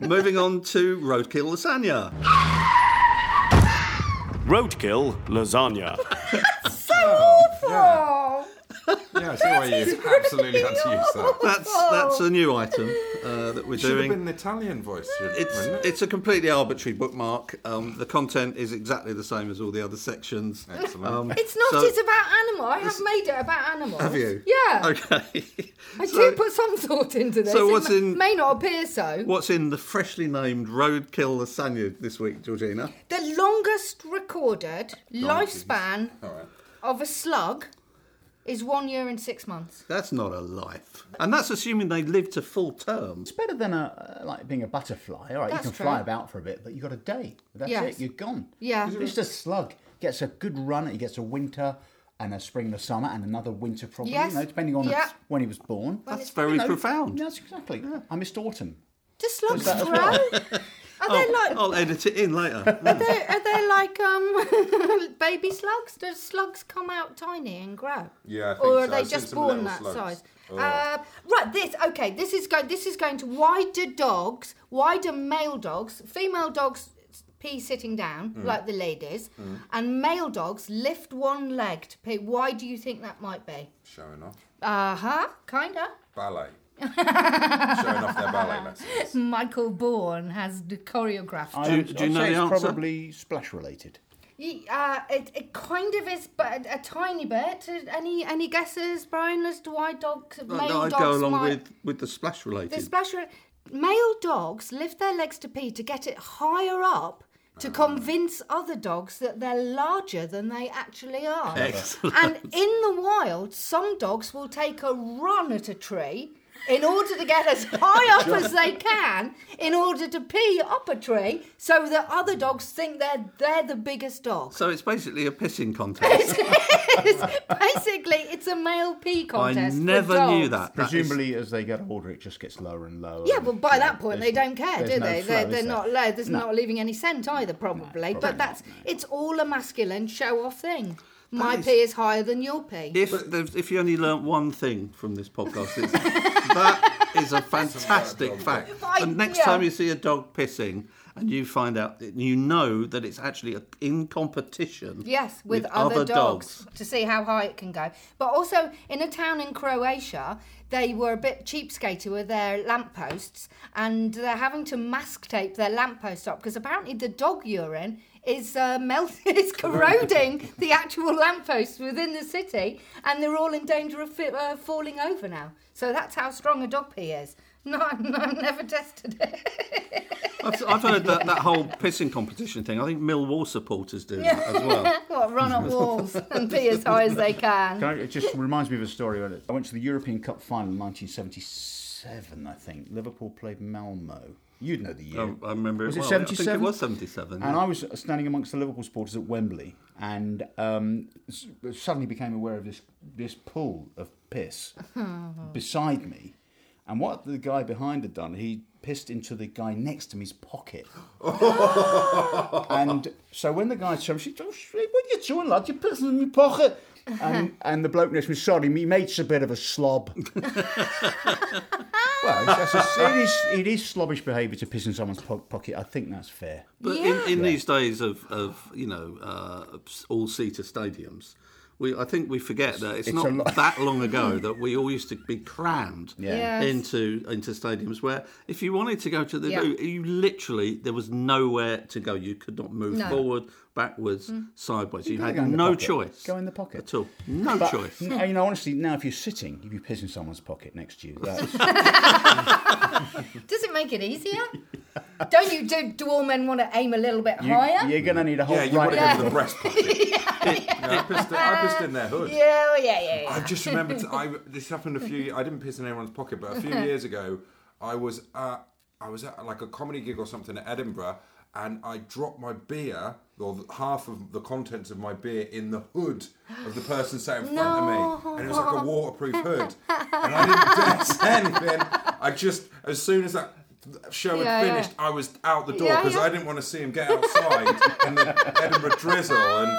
S2: Moving on to Roadkill Lasagna.
S8: Roadkill lasagna.
S1: Oh,
S3: Yeah, I
S1: *laughs*
S3: see why you absolutely had to use that.
S2: That's that's a new item uh, that we're
S3: Should have
S2: doing.
S3: been an Italian voice. shouldn't
S2: It's
S3: wouldn't it?
S2: it's a completely arbitrary bookmark. Um, the content is exactly the same as all the other sections. Um,
S3: Excellent.
S1: It's not,
S2: So-
S1: it's about animal. I have made it about animals.
S2: Have you?
S1: Yeah.
S2: *laughs* Okay.
S1: I
S2: So-
S1: do put some thought into this.
S2: so
S1: It
S2: what's
S1: ma-
S2: in-
S1: May not appear so.
S2: What's in the freshly named Roadkill Lasagna this week, Georgina?
S1: The longest recorded lifespan of a slug is one year and six months.
S2: That's not a life. And that's assuming they live to full term.
S4: It's better than a uh, like being a butterfly. All right,
S1: That's
S4: you can fly
S1: true.
S4: about for a bit, but you got a day. That's
S1: Yes.
S4: it. You're gone.
S1: Yeah.
S4: It's just a slug. Gets a good run. He gets a winter and a spring and a summer and another winter probably.
S1: Yes.
S4: You know, depending on
S1: Yeah.
S4: when he was born.
S2: That's very profound.
S4: That's exactly. I missed autumn.
S1: Just slugs
S2: *laughs*
S4: that as
S1: grow. and Are they like
S2: I'll edit it in later.
S1: are they, are they like um *laughs* baby slugs? Do slugs come out tiny and grow?
S3: Yeah, I think
S1: or are
S3: so.
S1: they
S3: I've seen
S1: just
S3: some
S1: born
S3: little
S1: that
S3: slugs.
S1: size?
S3: Oh.
S1: Uh, right, this okay. This is going. This is going to why do dogs? Why do male dogs? Female dogs pee sitting down
S3: Mm.
S1: like the ladies, and male dogs lift one leg to pee. Why do you think that might be?
S3: Showing off.
S1: Uh huh. Kinda.
S3: *laughs* Ballet. Showing off their ballet lessons.
S1: Michael Bourne has the choreographed.
S4: I
S2: Do you-
S4: don't-
S2: do you
S4: Um, I'd
S2: know
S4: say
S2: the
S4: it's
S2: answer?
S4: Probably splash related.
S1: Ye- Uh, it, it kind of is, but a, a tiny bit. Any any guesses, Brian, as to why dogs,
S2: No,
S1: male
S2: no, I'd
S1: dogs
S2: go along
S1: might...
S2: with, with the splash related.
S1: The splash. Male dogs lift their legs to pee to get it higher up
S2: Ah.
S1: to convince other dogs that they're larger than they actually are.
S2: Excellent.
S1: And in the wild, some dogs will take a run at a tree in order to get as high up as
S2: *laughs*
S1: they can in order to pee up a tree so that other dogs think they're they're the biggest dog.
S2: So it's basically a
S1: *laughs*
S2: pissing contest.
S1: Basically, it's a male pee
S2: I
S1: contest. for
S2: never knew
S1: dogs.
S2: that. That is-
S4: Presumably, as they get older, it just gets lower and lower.
S1: Yeah,
S4: and,
S1: well, by
S4: you know,
S1: that point,
S4: there's
S1: they don't
S4: no-
S1: care,
S4: there's
S1: do
S4: no
S1: they?
S4: flow,
S1: they're
S4: is
S1: they're
S4: there?
S1: not low. There's
S4: No.
S1: not leaving any scent either, probably.
S4: probably
S1: but
S4: not,
S1: that's it's all a masculine show off thing. My
S2: is-
S1: pee is higher than your pee.
S2: if there's- if you only learnt one thing from this podcast, it's, that is a fantastic fact.
S1: I-
S2: And next
S1: yeah.
S2: time you see a dog pissing, and you find out, you know that it's actually a, in competition.
S1: Yes, with, other, dogs, to see how high it can go. But also in a town in Croatia, they were a bit cheapskated with their lampposts and they're having to mask tape their lamppost up because apparently the dog urine is uh, *laughs* melting, is corroding the actual lampposts within the city and they're all in danger of fi- uh, falling over now. So that's how strong a dog pee is. *laughs* No, I've never tested it.
S2: I've, I've heard that, that whole pissing competition thing. I think Millwall supporters do that as well.
S1: what, run up walls and pee as high as they can.
S4: Can I- it just reminds me of a story. Where I went to the European Cup final in 1977, I think. Liverpool played Malmo. You'd know the year.
S2: Um, I remember
S4: Was
S2: it
S4: it
S2: well. I
S4: 77?
S2: think it was 77.
S4: And
S2: yeah.
S4: I was standing amongst the Liverpool supporters at Wembley, and um, s- suddenly became aware of this this pool of piss beside me. And what the guy behind had done, he pissed into the guy next to me's pocket. and so when the guy said, she said, "Oh, sh- "What are you doing, lad? You're pissing in my pocket." And, and the bloke next to me, sorry, me mate's a bit of a slob. well, it's, it's, it, is, it is slobbish behaviour to piss in someone's po- pocket. I think that's fair.
S2: But in, in these days of, of you know uh, all seater stadiums, we I think we forget that it's,
S4: it's
S2: not
S4: a lot-
S2: that long ago that we all used to be crammed
S1: Yeah. Yes.
S2: into into stadiums where if you wanted to go to the
S1: Yeah.
S2: loo, you literally there was nowhere to go. You could not move
S1: No. Mm.
S2: forward, backwards, sideways. You, had
S4: go in the
S2: no
S4: pocket.
S2: choice.
S4: Go in the pocket.
S2: at all. No
S4: But,
S2: choice.
S4: n- you know, honestly, now if you're sitting, if you piss in someone's pocket next to you,
S1: *laughs*
S4: that's
S1: Does it make it
S4: *laughs*
S1: easier? Don't you do, do all men want to aim a little bit
S4: you,
S1: higher?
S4: are going to need a whole
S3: Yeah, you
S4: right.
S3: want to go to the breast pocket. *laughs* Yeah, I, pissed in, I pissed in their hood.
S1: Yeah, oh, yeah, yeah, yeah.
S3: I just remembered
S1: *laughs*
S3: I, this happened a few. I didn't piss in anyone's pocket, but a few years ago, I was at, I was at like a comedy gig or something at Edinburgh, and I dropped my beer or th- half of the contents of my beer in the hood of the person sat in front of me, and it was like a waterproof hood, and
S1: *laughs*
S3: I didn't *laughs* dare say anything. I just as soon as that. Show had
S1: Yeah, yeah.
S3: finished. I was out the door
S1: Yeah,
S3: because
S1: yeah.
S3: I didn't want to see him get outside in the Edinburgh drizzle. And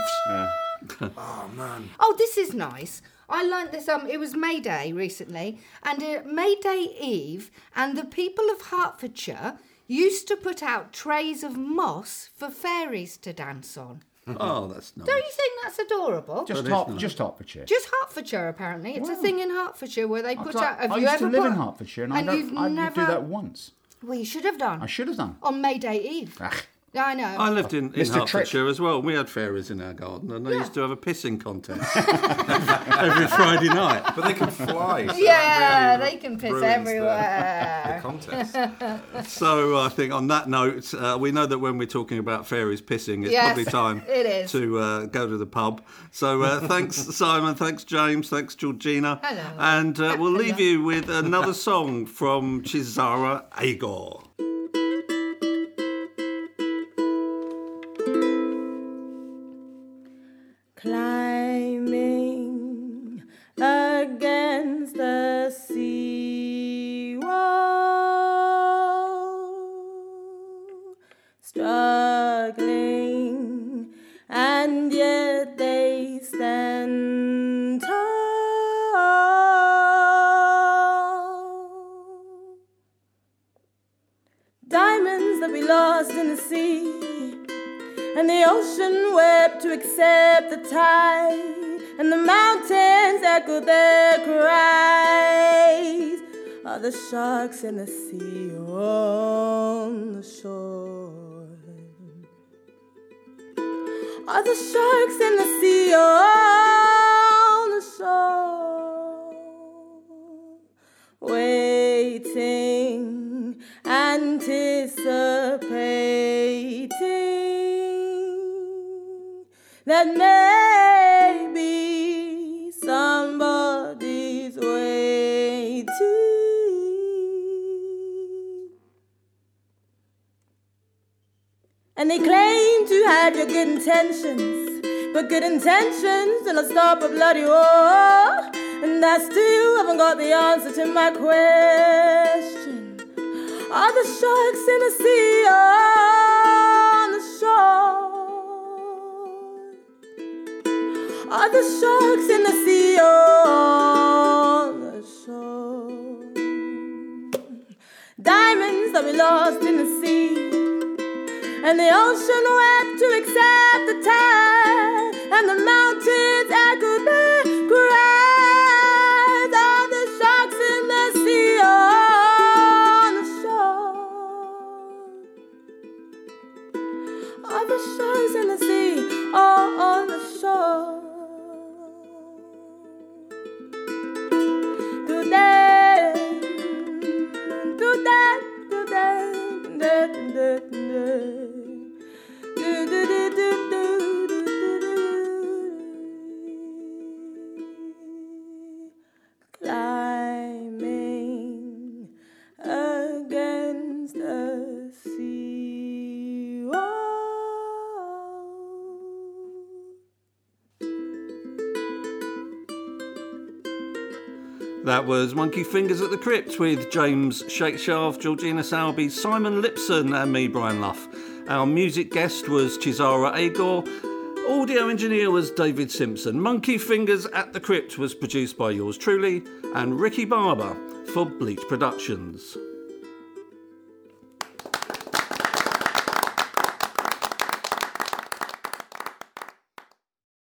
S3: oh man,
S1: Oh, this is nice. I learnt this. Um, it was May Day recently, and uh, May Day Eve, and the people of Hertfordshire used to put out trays of moss for fairies to dance on.
S2: Oh, that's nice.
S1: Don't you think that's adorable?
S4: Just hop, just Hertfordshire.
S1: Just Hertfordshire, apparently. It's a thing in Hertfordshire where they put
S4: I,
S1: out. Have
S4: I
S1: you
S4: used
S1: ever
S4: to live
S1: put,
S4: in Hertfordshire, and, I,
S1: you've
S4: don't, I didn't
S1: never.
S4: do that once.
S1: Well, you should have done
S4: I should have done.
S1: on May Day Eve.
S4: Ach,
S1: I know.
S2: I lived in, in
S4: Mr. Tripp.
S2: Hertfordshire as well. We had fairies in our garden, and they
S1: Yeah.
S2: used to have a pissing contest *laughs* every Friday night.
S3: but they can fly. so that
S1: yeah,
S3: really
S1: they can piss
S3: ruins the-
S1: everywhere.
S3: the contest.
S2: So I think on that note, uh, we know that when we're talking about fairies pissing, it's
S1: Yes,
S2: probably time
S1: *laughs* it is.
S2: to uh, go to the pub. So uh,
S1: *laughs*
S2: thanks, Simon. Thanks, James. Thanks, Georgina.
S1: Hello.
S2: And uh,
S1: *laughs*
S2: we'll leave you with another song from Chisara Agor.
S6: climbing against the sea wall
S7: sea, and the ocean wept to accept the tide, and the mountains echoed their cries of the sharks in the sea on the shore are the sharks in the sea on the shore, waiting, anticipating that maybe somebody's waiting and they claim to have your good intentions. But good intentions do not stop a bloody war. And I still haven't got the answer to my question. Are the sharks in the sea on the shore? Are the sharks in the sea on the shore? Diamonds that we lost in the sea and the ocean wept to accept the tide, and the mountains echoed their cries of the sharks in the sea on the shore, of the sharks in the sea Oh, on the shore. Climbing against the sea wall.
S2: That was Monkey Fingers at the Crypt with James Shakeshaft, Georgina Salby, Simon Lipson, and me, Brian Luff. Our music guest was Chisara Agor. Audio engineer was David Simpson. Monkey Fingers at the Crypt was produced by yours truly and Ricky Barber for Bleach Productions.